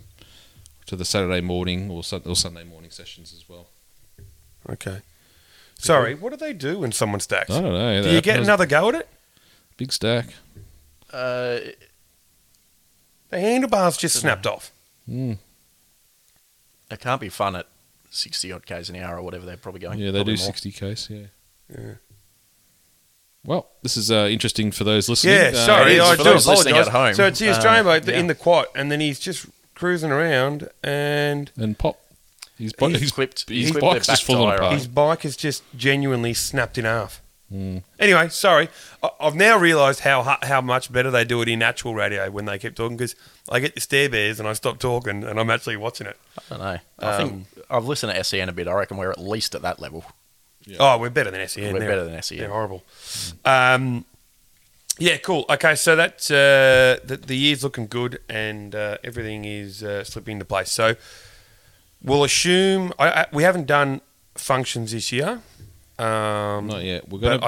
Speaker 2: to the Saturday morning or, sun- or Sunday morning sessions as well.
Speaker 1: Okay. Sorry, what do they do when someone stacks?
Speaker 2: I don't know.
Speaker 1: do you
Speaker 2: That
Speaker 1: get
Speaker 2: was a
Speaker 1: another go at it?
Speaker 2: big stack?
Speaker 3: Uh,
Speaker 1: The handlebars just snapped off.
Speaker 2: Mm.
Speaker 3: it can't be fun at sixty odd k's an hour or whatever they're probably going.
Speaker 2: Yeah, they
Speaker 3: probably
Speaker 2: do
Speaker 3: more.
Speaker 2: sixty case. Yeah.
Speaker 1: Yeah.
Speaker 2: Well, this is uh, interesting for those listening.
Speaker 1: Yeah,
Speaker 2: Uh,
Speaker 1: sorry,
Speaker 3: it is
Speaker 1: I
Speaker 3: for
Speaker 1: do
Speaker 3: those listening
Speaker 1: apologise.
Speaker 3: at home.
Speaker 1: So it's the
Speaker 3: Uh,
Speaker 1: Australian boat
Speaker 3: yeah.
Speaker 1: in the quad, and then he's just cruising around, and
Speaker 2: and pop. He's, bo-
Speaker 3: He's
Speaker 2: he's
Speaker 3: clipped-
Speaker 2: His
Speaker 3: he's clipped
Speaker 2: bike's
Speaker 3: their
Speaker 2: just
Speaker 3: back
Speaker 2: falling
Speaker 3: tyre
Speaker 2: apart.
Speaker 1: his bike is just genuinely snapped in half. Anyway, sorry, I- I've now realised how hu- how much better they do it in actual radio when they keep talking because I get the stare bears and I stop talking and I'm actually watching it.
Speaker 3: I don't know. I think I've listened to SEN a bit. I reckon we're at least at that level.
Speaker 2: Yeah.
Speaker 1: Oh, we're better than SEN.
Speaker 3: We're
Speaker 1: They're-
Speaker 3: better than
Speaker 2: E
Speaker 3: SEN.
Speaker 1: They're horrible. Um, yeah, cool. Okay, so that's uh, the, the year's looking good and uh, everything is uh, slipping into place. So we'll assume I, I, we haven't done functions this year. Um,
Speaker 2: Not yet. We're
Speaker 1: but
Speaker 2: gonna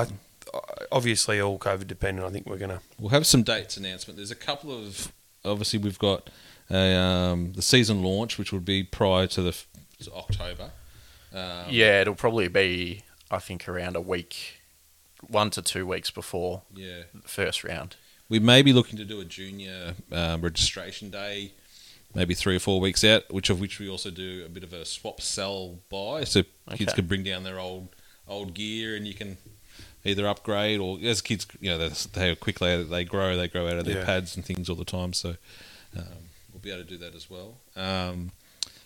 Speaker 1: I, I- obviously all COVID dependent. I think we're gonna.
Speaker 2: we'll have some dates announcement. There's a couple of obviously we've got a, um, the season launch, which would be prior to the f- to October. Um,
Speaker 3: yeah, it'll probably be, I think, around a week, one to two weeks before
Speaker 2: yeah.
Speaker 3: the first round.
Speaker 2: We may be looking to do a junior um, registration day, maybe three or four weeks out, which of which we also do a bit of a swap sell buy, so kids
Speaker 3: Okay.
Speaker 2: can bring down their old old gear and you can either upgrade or as kids, you know, that's how quickly they grow, they grow out of their
Speaker 1: Yeah.
Speaker 2: pads and things all the time. So um, we'll be able to do that as well. Um,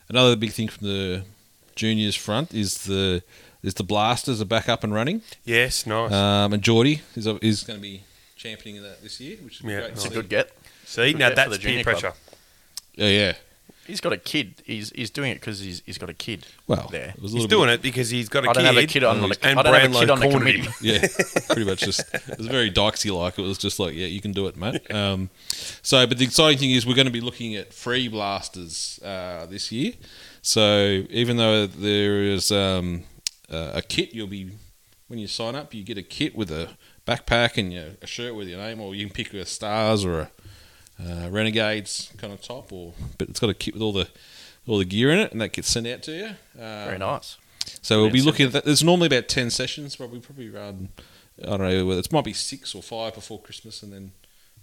Speaker 2: another big thing from the juniors front is the is the blasters are back up and running.
Speaker 1: Yes, nice.
Speaker 2: Um, and Geordie is is going to be championing that this year, which is
Speaker 1: Yeah,
Speaker 2: great. to
Speaker 1: nice.
Speaker 3: It's a
Speaker 2: see.
Speaker 3: good get.
Speaker 1: See,
Speaker 3: good
Speaker 1: now
Speaker 3: for
Speaker 1: that's
Speaker 3: the
Speaker 1: peer
Speaker 3: junior club.
Speaker 1: pressure.
Speaker 2: Yeah, yeah.
Speaker 3: He's got a kid. He's he's doing it because he's he's got a kid.
Speaker 2: Well,
Speaker 3: there.
Speaker 2: it was a
Speaker 1: He's
Speaker 2: little
Speaker 1: doing it because he's got a
Speaker 3: I
Speaker 1: kid.
Speaker 3: don't have a kid on the.
Speaker 1: and
Speaker 3: I don't have a
Speaker 1: Brownlow
Speaker 3: kid on the
Speaker 1: cornered him.
Speaker 3: committee.
Speaker 2: bit, yeah, pretty much just it was very Dykesy like. It was just like, yeah, you can do it, mate. Um, so, but the exciting thing is we're going to be looking at free blasters uh, this year. So, even though there is um, uh, a kit, you'll be when you sign up, you get a kit with a backpack and your, a shirt with your name, or you can pick a stars or a uh, renegades kind of top, or but it's got a kit with all the all the gear in it, and that gets sent out to you. Uh,
Speaker 3: Very nice.
Speaker 2: So we'll be
Speaker 3: Ten
Speaker 2: looking at that. There's normally about 10 sessions, but we probably run, I don't know, whether it might be six or five before Christmas and then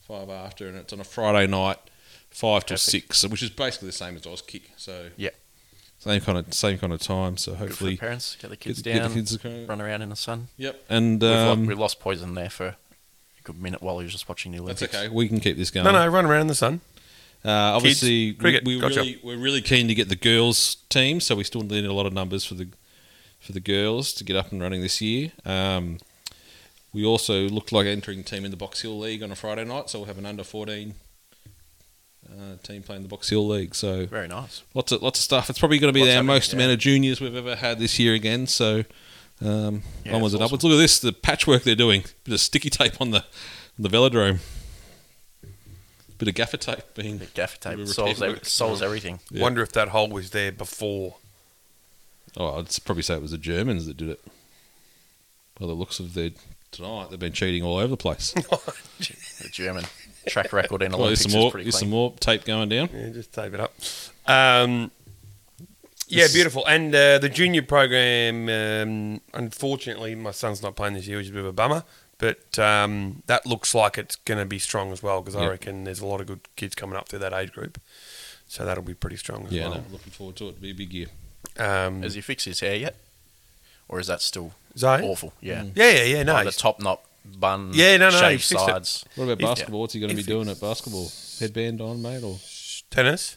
Speaker 2: five after. And it's on a Friday night, five till
Speaker 3: Perfect.
Speaker 2: six, which is basically the same as Oz Kick. So
Speaker 3: Yeah.
Speaker 2: same kind of same kind of time. So
Speaker 3: Good for the
Speaker 2: hopefully,
Speaker 3: parents. Get the kids
Speaker 2: get- get the
Speaker 3: down.
Speaker 2: kids to go-
Speaker 3: run around in the sun.
Speaker 2: yep. And
Speaker 3: We've lo-
Speaker 2: um,
Speaker 3: we lost poison there for a good minute while he was just watching the
Speaker 2: that's
Speaker 3: Olympics.
Speaker 2: okay. We can keep this going.
Speaker 1: No, no, run around in the sun.
Speaker 2: Uh,
Speaker 1: Kids,
Speaker 2: obviously,
Speaker 1: cricket,
Speaker 2: we, we
Speaker 1: gotcha.
Speaker 2: really, we're really keen to get the girls team, so we still need a lot of numbers for the for the girls to get up and running this year. Um, we also looked like entering team in the Box Hill League on a Friday night, so we'll have an under fourteen uh, team playing the Box Hill League. So
Speaker 3: Very nice.
Speaker 2: lots of lots of stuff. It's probably going to be
Speaker 3: Lots
Speaker 2: our
Speaker 3: happening,
Speaker 2: most
Speaker 3: yeah.
Speaker 2: amount of juniors we've ever had this year again. So um, onwards
Speaker 3: Yeah, that's
Speaker 2: and
Speaker 3: awesome.
Speaker 2: upwards. Look at this, the patchwork they're doing. Bit of sticky tape on the on the velodrome. Bit of gaffer tape being
Speaker 3: The gaffer tape
Speaker 2: We were
Speaker 3: solves,
Speaker 2: people-
Speaker 3: ev- solves everything.
Speaker 2: Yeah.
Speaker 1: Wonder if that hole was there before.
Speaker 2: Oh, I'd s- probably say it was the Germans that did it. By the looks of their tonight, they've been cheating all over the place.
Speaker 3: The German track record in
Speaker 2: oh,
Speaker 3: Olympics
Speaker 2: there's some
Speaker 3: is
Speaker 2: more.
Speaker 3: pretty
Speaker 2: There's
Speaker 3: clean.
Speaker 2: some more tape going down.
Speaker 1: Yeah, just tape it up. Um, yeah,
Speaker 2: This-
Speaker 1: beautiful. And uh, the junior program, um, unfortunately, my son's not playing this year, which is a bit of a bummer. But um, that looks like it's going to be strong as well because I
Speaker 2: Yeah.
Speaker 1: reckon there's a lot of good kids coming up through that age group. So that'll be pretty strong as
Speaker 2: Yeah,
Speaker 1: well.
Speaker 2: no, looking forward to it. It'll be a big year.
Speaker 1: Um,
Speaker 3: Has he fixed his hair yet? Or is that still
Speaker 1: Zoe?
Speaker 3: awful? Yeah.
Speaker 2: Mm.
Speaker 1: Yeah, yeah, yeah. No,
Speaker 2: Oh,
Speaker 3: Like the
Speaker 1: he's-
Speaker 3: top knot bun.
Speaker 1: Yeah, no, no,
Speaker 3: shaved
Speaker 1: he fixed it.
Speaker 3: sides.
Speaker 2: What about
Speaker 1: If-
Speaker 2: basketball? What's he going to be
Speaker 1: if
Speaker 2: doing at basketball? Headband on, mate, or
Speaker 1: tennis.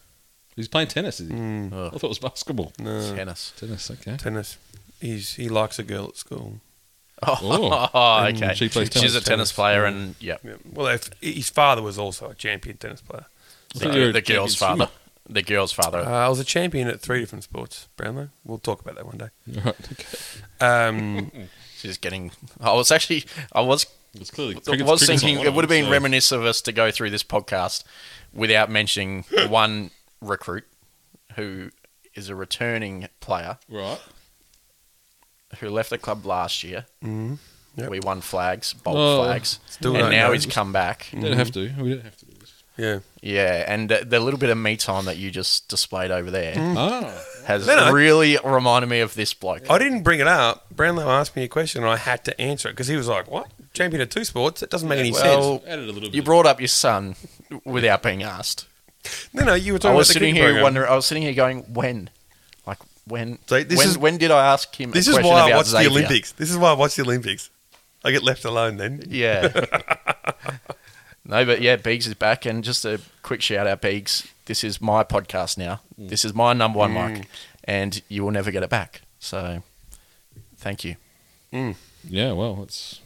Speaker 2: he's playing tennis? Is he? I
Speaker 3: Ugh,
Speaker 2: thought it was basketball.
Speaker 1: No,
Speaker 3: Mm. tennis.
Speaker 2: Tennis, okay.
Speaker 1: tennis. He's he likes a girl at school.
Speaker 3: Oh, okay.
Speaker 2: She plays
Speaker 3: She's
Speaker 2: tennis.
Speaker 3: a tennis player, and yeah,
Speaker 1: Yeah. Well, if, his father was also a champion tennis player.
Speaker 2: I thought
Speaker 3: the,
Speaker 2: you were
Speaker 3: the girl's
Speaker 2: champion
Speaker 3: father. The girl's
Speaker 1: Uh,
Speaker 3: father.
Speaker 1: I was a champion at three different sports. Brownlow. We'll talk about that one day.
Speaker 2: swimmer. Right, okay.
Speaker 1: Um,
Speaker 3: She's getting. I was actually. I was.
Speaker 2: It's clearly.
Speaker 3: I
Speaker 2: cricket's-
Speaker 3: was
Speaker 2: cricket's
Speaker 3: thinking
Speaker 2: not
Speaker 3: it would have been
Speaker 2: so-
Speaker 3: reminiscent of us to go through this podcast without mentioning one recruit who is a returning player
Speaker 2: Right.
Speaker 3: who left the club last year.
Speaker 1: mhm. Yep.
Speaker 3: We won flags, bold
Speaker 2: Oh,
Speaker 3: flags,
Speaker 1: still
Speaker 3: and now
Speaker 1: don't know.
Speaker 3: he's come back.
Speaker 1: Mm-hmm.
Speaker 2: We don't have to. We don't have to do this.
Speaker 1: Yeah.
Speaker 3: Yeah, and the, the little bit of me time that you just displayed over there
Speaker 2: Oh,
Speaker 3: has
Speaker 1: Mm-hmm. No, no.
Speaker 3: really reminded me of this bloke.
Speaker 1: I didn't bring it up. Brownlow asked me a question and I had to answer it because he was like, What? Champion of two sports? That doesn't make any
Speaker 3: well-
Speaker 2: added a little bit.
Speaker 3: You brought up your son without being asked.
Speaker 1: sense. No, no, you were
Speaker 3: I
Speaker 1: talking
Speaker 3: was
Speaker 1: about the
Speaker 3: sitting
Speaker 1: cricket
Speaker 3: here
Speaker 1: program.
Speaker 3: wondering. I was sitting here going, when, like when?
Speaker 1: So this
Speaker 3: when,
Speaker 1: is-
Speaker 3: when did I ask him?
Speaker 1: This
Speaker 3: a
Speaker 1: is
Speaker 3: question
Speaker 1: why I
Speaker 3: about
Speaker 1: watched
Speaker 3: Xavier?
Speaker 1: the Olympics. This is why I watched the Olympics. I get left alone then.
Speaker 3: Yeah. no, but yeah, Beegs is back. And just a quick shout out, Beegs. This is my podcast now.
Speaker 1: Mm.
Speaker 3: This is my number one mic. And you will never get it back. So thank you.
Speaker 2: Yeah, well, it's,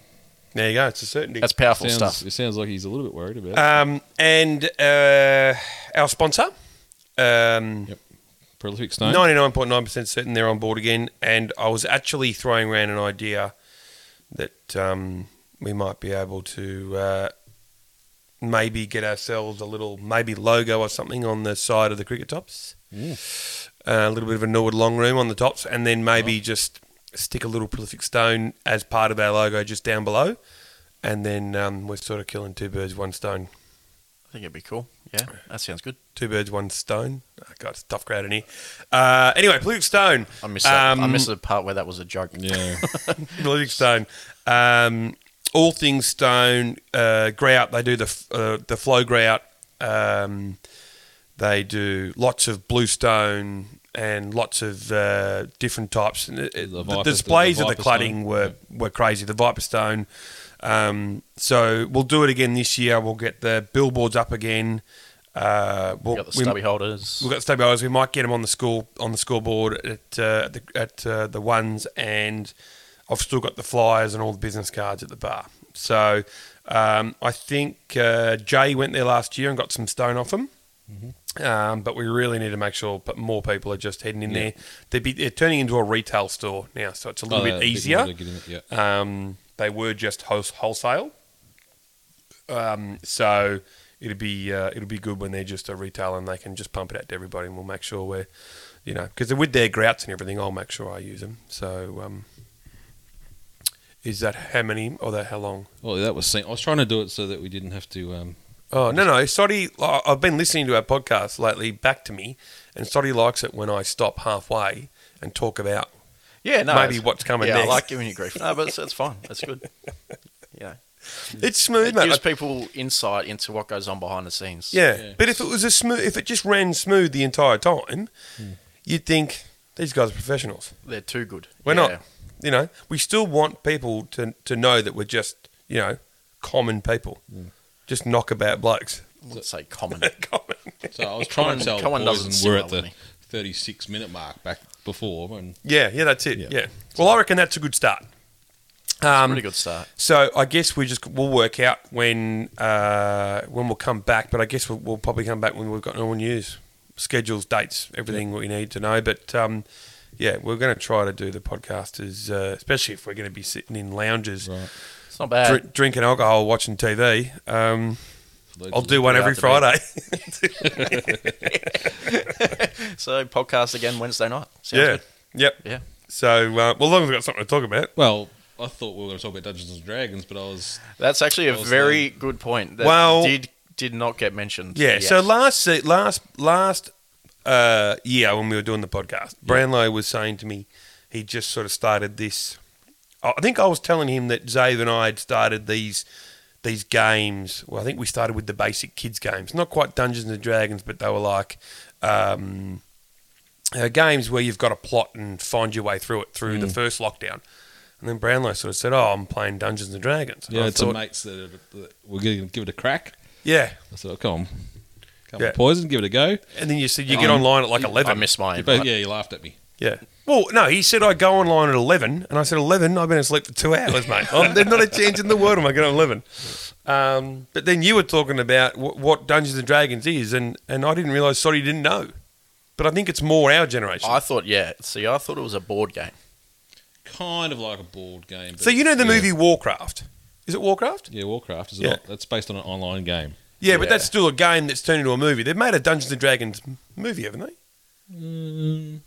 Speaker 1: There you go. It's a certainty.
Speaker 3: That's powerful
Speaker 2: sounds,
Speaker 3: stuff. Uh,
Speaker 2: it sounds like he's a little bit worried about it.
Speaker 1: Um, and uh, our sponsor, um,
Speaker 2: yep. Prolific Stone.
Speaker 1: ninety-nine point nine percent certain they're on board again. And I was actually throwing around an idea that um, we might be able to uh, maybe get ourselves a little maybe logo or something on the side of the cricket tops.
Speaker 2: Ooh.
Speaker 1: Uh, a little bit of a Norwood long room on the tops, and then maybe just stick a little prolific stone as part of our logo just down below. And then um, we're sort of killing two birds, with one stone.
Speaker 3: I think it'd be cool. Yeah, that sounds good.
Speaker 1: Two birds, one stone. Oh, God, it's a tough crowd in here. Uh, anyway, Blue Stone.
Speaker 3: I miss that.
Speaker 1: Um,
Speaker 3: I miss the part where that was a joke.
Speaker 2: Yeah.
Speaker 1: Blue Stone. Um, all things stone, uh, grout. They do the f- uh, the flow grout. Um, they do lots of blue stone and lots of uh, different types. And it- it-
Speaker 2: The
Speaker 1: the,
Speaker 2: Viper- the- the
Speaker 1: displays of the
Speaker 2: Viper
Speaker 1: cladding
Speaker 2: stone.
Speaker 1: were, were crazy. The Viper Stone. Um, so we'll do it again this year. We'll get the billboards up again. Uh, we'll,
Speaker 3: We got the
Speaker 1: we-
Speaker 3: stubby holders.
Speaker 1: We've got stabilisers. We might get them on the score on the scoreboard at uh, the, at uh, the ones, and I've still got the flyers and all the business cards at the bar. So um, I think uh, Jay went there last year and got some stone off him.
Speaker 2: Mm-hmm.
Speaker 1: Um, but we really need to make sure but more people are just heading in there. They'd be, they're turning into a retail store now, so it's a little
Speaker 2: Oh, yeah,
Speaker 1: bit
Speaker 2: bit
Speaker 1: easier.
Speaker 2: harder to get in it, yeah.
Speaker 1: Um, they were just wholes- wholesale, um, so it'll be uh, it'll be good when they're just a retailer and they can just pump it out to everybody, and we'll make sure we're, you know, because with their grouts and everything, I'll make sure I use them. So, um, is that how many or that how long?
Speaker 2: Well, that was. Sing- I was trying to do it so that we didn't have to. Um,
Speaker 1: Oh no no, Soddy. I- I've been listening to our podcast lately, back to me, and Soddy likes it when I stop halfway and talk about
Speaker 3: yeah, no.
Speaker 1: maybe
Speaker 3: it's-
Speaker 1: what's coming
Speaker 3: yeah,
Speaker 1: next.
Speaker 3: I like giving you grief. No, but it's, it's fine. That's good. Yeah.
Speaker 1: it's smooth,
Speaker 3: It
Speaker 1: mate.
Speaker 3: gives people insight into what goes on behind the scenes.
Speaker 1: Yeah.
Speaker 2: Yeah.
Speaker 1: But if it was a smooth, if it just ran smooth the entire time, you'd think these guys are professionals.
Speaker 3: They're too good.
Speaker 1: We're
Speaker 3: Yeah.
Speaker 1: not. You know, we still want people to to know that we're just you know common people, just knockabout blokes.
Speaker 3: I wouldn't say common.
Speaker 1: common.
Speaker 2: so I was trying
Speaker 3: Cohen-
Speaker 2: to tell
Speaker 3: Cohen
Speaker 2: the boys,
Speaker 3: doesn't
Speaker 2: and
Speaker 3: sit
Speaker 2: we're
Speaker 3: well,
Speaker 2: at the
Speaker 3: doesn't
Speaker 2: 36 minute mark back before, and
Speaker 1: Yeah. Yeah. That's it.
Speaker 2: Yeah.
Speaker 1: Yeah. Well, I reckon that's a good start. Um,
Speaker 3: Pretty good start.
Speaker 1: So I guess we just we'll work out when uh, when we'll come back, but I guess we'll, we'll probably come back when we've got normal news, schedules, dates, everything what we need to know. But um, yeah, we're going to try to do the podcast as uh, especially if we're going to be sitting in lounges,
Speaker 2: Right.
Speaker 3: It's not bad.
Speaker 1: dr- drinking alcohol, watching TV. Um, I'll do one
Speaker 3: We're
Speaker 1: every
Speaker 3: out to bed.
Speaker 1: Friday.
Speaker 3: So podcast again Wednesday night. Sounds
Speaker 1: yeah,
Speaker 3: good.
Speaker 1: yep.
Speaker 3: Yeah.
Speaker 1: So uh, well, as long as we've got something to talk about.
Speaker 2: Well, I thought we were going to talk about Dungeons and Dragons, but I was.
Speaker 3: That's actually a
Speaker 2: Well, so-
Speaker 3: very good point. That
Speaker 1: Well-
Speaker 3: did did not get mentioned.
Speaker 1: Yeah.
Speaker 3: yet.
Speaker 1: So last se- last last uh, year when we were doing the podcast, Brownlow was saying to me he just sort of started this. I I think I was telling him that Zave and I had started these these games. Well, I think we started with the basic kids games, not quite Dungeons and Dragons, but they were like. Um, uh, games where you've got a plot and find your way through it through the first lockdown, and then Brownlow sort of said, "Oh, I'm playing Dungeons and Dragons." And
Speaker 2: Yeah,
Speaker 1: I
Speaker 2: it's some
Speaker 1: thought,
Speaker 2: mates that, that we're going to give it a crack.
Speaker 1: yeah.
Speaker 2: I said, oh, come on. Come
Speaker 1: Yeah.
Speaker 2: on, poison, give it a go.
Speaker 1: And then you said you get
Speaker 2: Um,
Speaker 1: online at like eleven.
Speaker 3: I missed my
Speaker 2: You both-
Speaker 3: invite.
Speaker 2: yeah, you laughed at me.
Speaker 1: Yeah. Well, no, he said I go online at eleven, and I said eleven. I've been asleep for two hours, mate. I'm, there's not a chance in the world am I going to eleven. Um, but then you were talking about w- what Dungeons and Dragons is, and, and I didn't realise. Sorry, didn't know. But I think it's more our generation.
Speaker 3: I thought yeah. See, I thought it was a board game.
Speaker 2: Kind of like a board game. But
Speaker 1: so you know the
Speaker 2: yeah.
Speaker 1: movie Warcraft. Is it Warcraft?
Speaker 2: Yeah, Warcraft is
Speaker 1: Yeah.
Speaker 2: yeah. that's based on an online game.
Speaker 1: Yeah, but
Speaker 3: Yeah.
Speaker 1: that's still a game that's turned into a movie. They've made a Dungeons and Dragons m- movie, haven't they?
Speaker 2: Mm,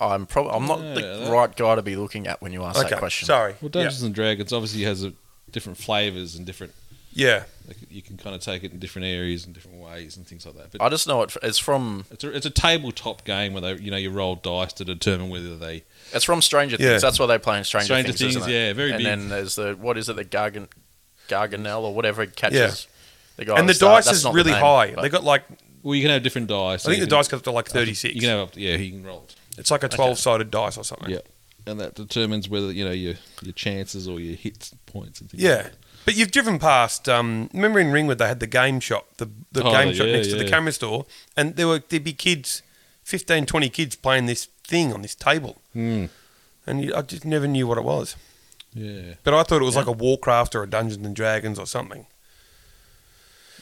Speaker 3: I'm probably I'm not the
Speaker 2: Yeah, that-
Speaker 3: right guy to be looking at when you ask that question.
Speaker 1: Sorry.
Speaker 2: well, Dungeons and Dragons obviously has a, different flavors and different.
Speaker 1: Yeah.
Speaker 2: Like, you can kind of take it in different areas and different ways and things like that. But
Speaker 3: I just know it, it's from
Speaker 2: It's a, it's a tabletop game where they you know you roll dice to determine whether they
Speaker 3: it's from Stranger
Speaker 1: Yeah.
Speaker 3: Things. That's why they play in Stranger,
Speaker 2: Stranger
Speaker 3: Things.
Speaker 2: Things,
Speaker 3: isn't it?
Speaker 2: yeah, very
Speaker 3: And
Speaker 2: big.
Speaker 3: then there's the what is it the Gargan, Garganel or whatever it catches. The guy
Speaker 1: and the
Speaker 3: at start.
Speaker 1: dice
Speaker 3: That's
Speaker 1: is
Speaker 3: Oh, not the
Speaker 1: really
Speaker 3: name,
Speaker 1: high.
Speaker 3: but-
Speaker 1: They got like
Speaker 2: well you can have different
Speaker 1: I think
Speaker 2: dice.
Speaker 1: the
Speaker 2: you can-
Speaker 1: dice goes up to like thirty six.
Speaker 2: You can have up to, yeah you can roll. it.
Speaker 1: It's like a twelve sided dice or something.
Speaker 2: Yeah. and that determines whether you know your your chances or your hit points and things. like
Speaker 1: Yeah. But you've driven past. Um, remember in Ringwood they had the game shop, the the
Speaker 2: Oh,
Speaker 1: game shop
Speaker 2: yeah,
Speaker 1: next to the
Speaker 2: yeah.
Speaker 1: camera store, and there were there'd be kids, 15, 20 kids playing this thing on this table,
Speaker 2: that. Mm.
Speaker 1: and you, I just never knew what it was.
Speaker 2: Yeah.
Speaker 1: But I thought it was like a Warcraft or a Dungeons and Dragons or something.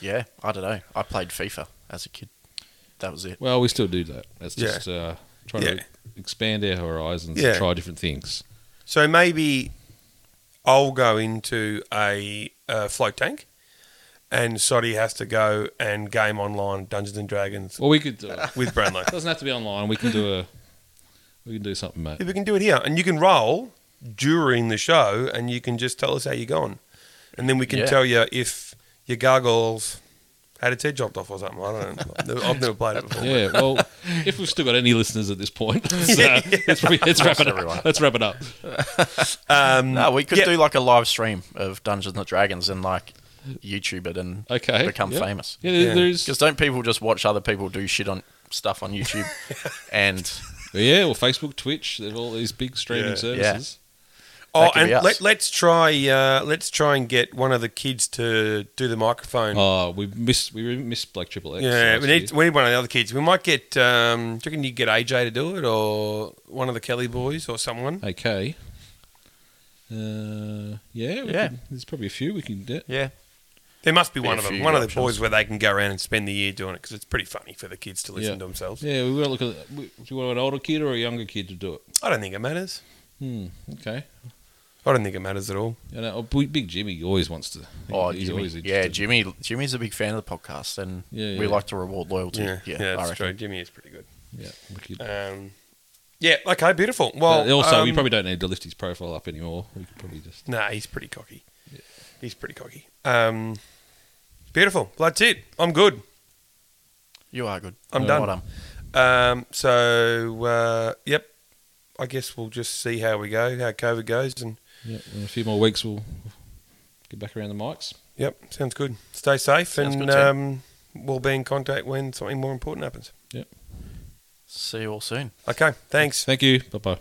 Speaker 3: Yeah, I don't know. I played FIFA as a kid. That was it.
Speaker 2: Well, we still do that. That's
Speaker 1: Yeah.
Speaker 2: just uh, trying
Speaker 1: Yeah.
Speaker 2: to expand our horizons,
Speaker 1: Yeah.
Speaker 2: and try different things.
Speaker 1: So maybe I'll go into a uh, float tank, and Soddy has to go and game online Dungeons and Dragons
Speaker 2: Well, we could do it.
Speaker 1: with Brownlow.
Speaker 2: doesn't have to be online. We can do a we can do something, mate.
Speaker 1: Yeah, we can do it here, and you can roll during the show, and you can just tell us how you're going, and then we can
Speaker 3: Yeah.
Speaker 1: tell you if your gargoyles had its head chopped off or something. I don't know. I've never played it before.
Speaker 2: Yeah, well, if we've still got any listeners at this point, so let's, re- let's wrap it
Speaker 3: everyone.
Speaker 2: up. Let's wrap it up.
Speaker 1: Um,
Speaker 3: No, we could
Speaker 1: yeah.
Speaker 3: do like a live stream of Dungeons and Dragons and like YouTube it and
Speaker 2: Okay,
Speaker 3: become
Speaker 2: yeah.
Speaker 3: famous.
Speaker 2: Yeah, there-
Speaker 1: Yeah.
Speaker 2: there's
Speaker 3: Because don't people just watch other people do shit on stuff on YouTube? and
Speaker 2: yeah, well, Facebook, Twitch, there's all these big streaming
Speaker 1: Yeah.
Speaker 2: services.
Speaker 1: Oh,
Speaker 3: That could
Speaker 1: and
Speaker 3: be us.
Speaker 1: let, let's try. Uh, let's try and get one of the kids to do the microphone.
Speaker 2: Oh, we missed we missed Black Triple X.
Speaker 1: yeah,
Speaker 2: last
Speaker 1: we
Speaker 2: year.
Speaker 1: need, we need one of the other kids. We might get. Um, do you reckon you get AJ to do it, or one of the Kelly boys, or someone?
Speaker 2: Okay. Uh, yeah, we
Speaker 3: Yeah.
Speaker 2: Can, there's probably a few we can do.
Speaker 3: yeah,
Speaker 1: There must be,
Speaker 3: Be
Speaker 1: one
Speaker 3: a
Speaker 1: of them.
Speaker 3: few
Speaker 1: One of the
Speaker 3: options.
Speaker 1: boys where they can go around and spend the year doing it because it's pretty funny for the kids to listen
Speaker 2: Yeah.
Speaker 1: to themselves.
Speaker 2: Yeah, we want to look at. we- Do you want an older kid or a younger kid to do it?
Speaker 1: I don't think it matters.
Speaker 2: Hmm. Okay.
Speaker 1: I don't think it matters at all.
Speaker 2: And uh, Big Jimmy always wants to.
Speaker 3: oh,
Speaker 2: he's
Speaker 3: Jimmy,
Speaker 2: always
Speaker 3: yeah,
Speaker 2: interested.
Speaker 3: Jimmy, Jimmy's a big fan of the podcast, and
Speaker 2: Yeah,
Speaker 3: we
Speaker 2: yeah.
Speaker 3: like to reward loyalty.
Speaker 1: Yeah,
Speaker 3: Yeah,
Speaker 1: yeah,
Speaker 3: I
Speaker 1: that's
Speaker 3: reckon.
Speaker 1: true. Jimmy is pretty good.
Speaker 2: Yeah. we could-
Speaker 1: Um, yeah, okay, beautiful. Well,
Speaker 2: But also, we
Speaker 1: um,
Speaker 2: probably don't need to lift his profile up anymore. We could probably just.
Speaker 1: Nah, he's pretty cocky. He's pretty cocky. Um, beautiful. Well, that's it. I'm good.
Speaker 3: You are good.
Speaker 1: I'm
Speaker 3: Well
Speaker 1: done. Um, so, uh, yep. I guess we'll just see how we go, how COVID goes, and
Speaker 2: Yeah, in a few more weeks, we'll get back around the mics.
Speaker 1: yep, sounds good. Stay safe,
Speaker 3: Sounds
Speaker 1: and
Speaker 3: good, Sam.
Speaker 1: um, we'll be in contact when something more important happens.
Speaker 3: See you all soon.
Speaker 1: Okay, thanks.
Speaker 2: Thank you. Bye bye.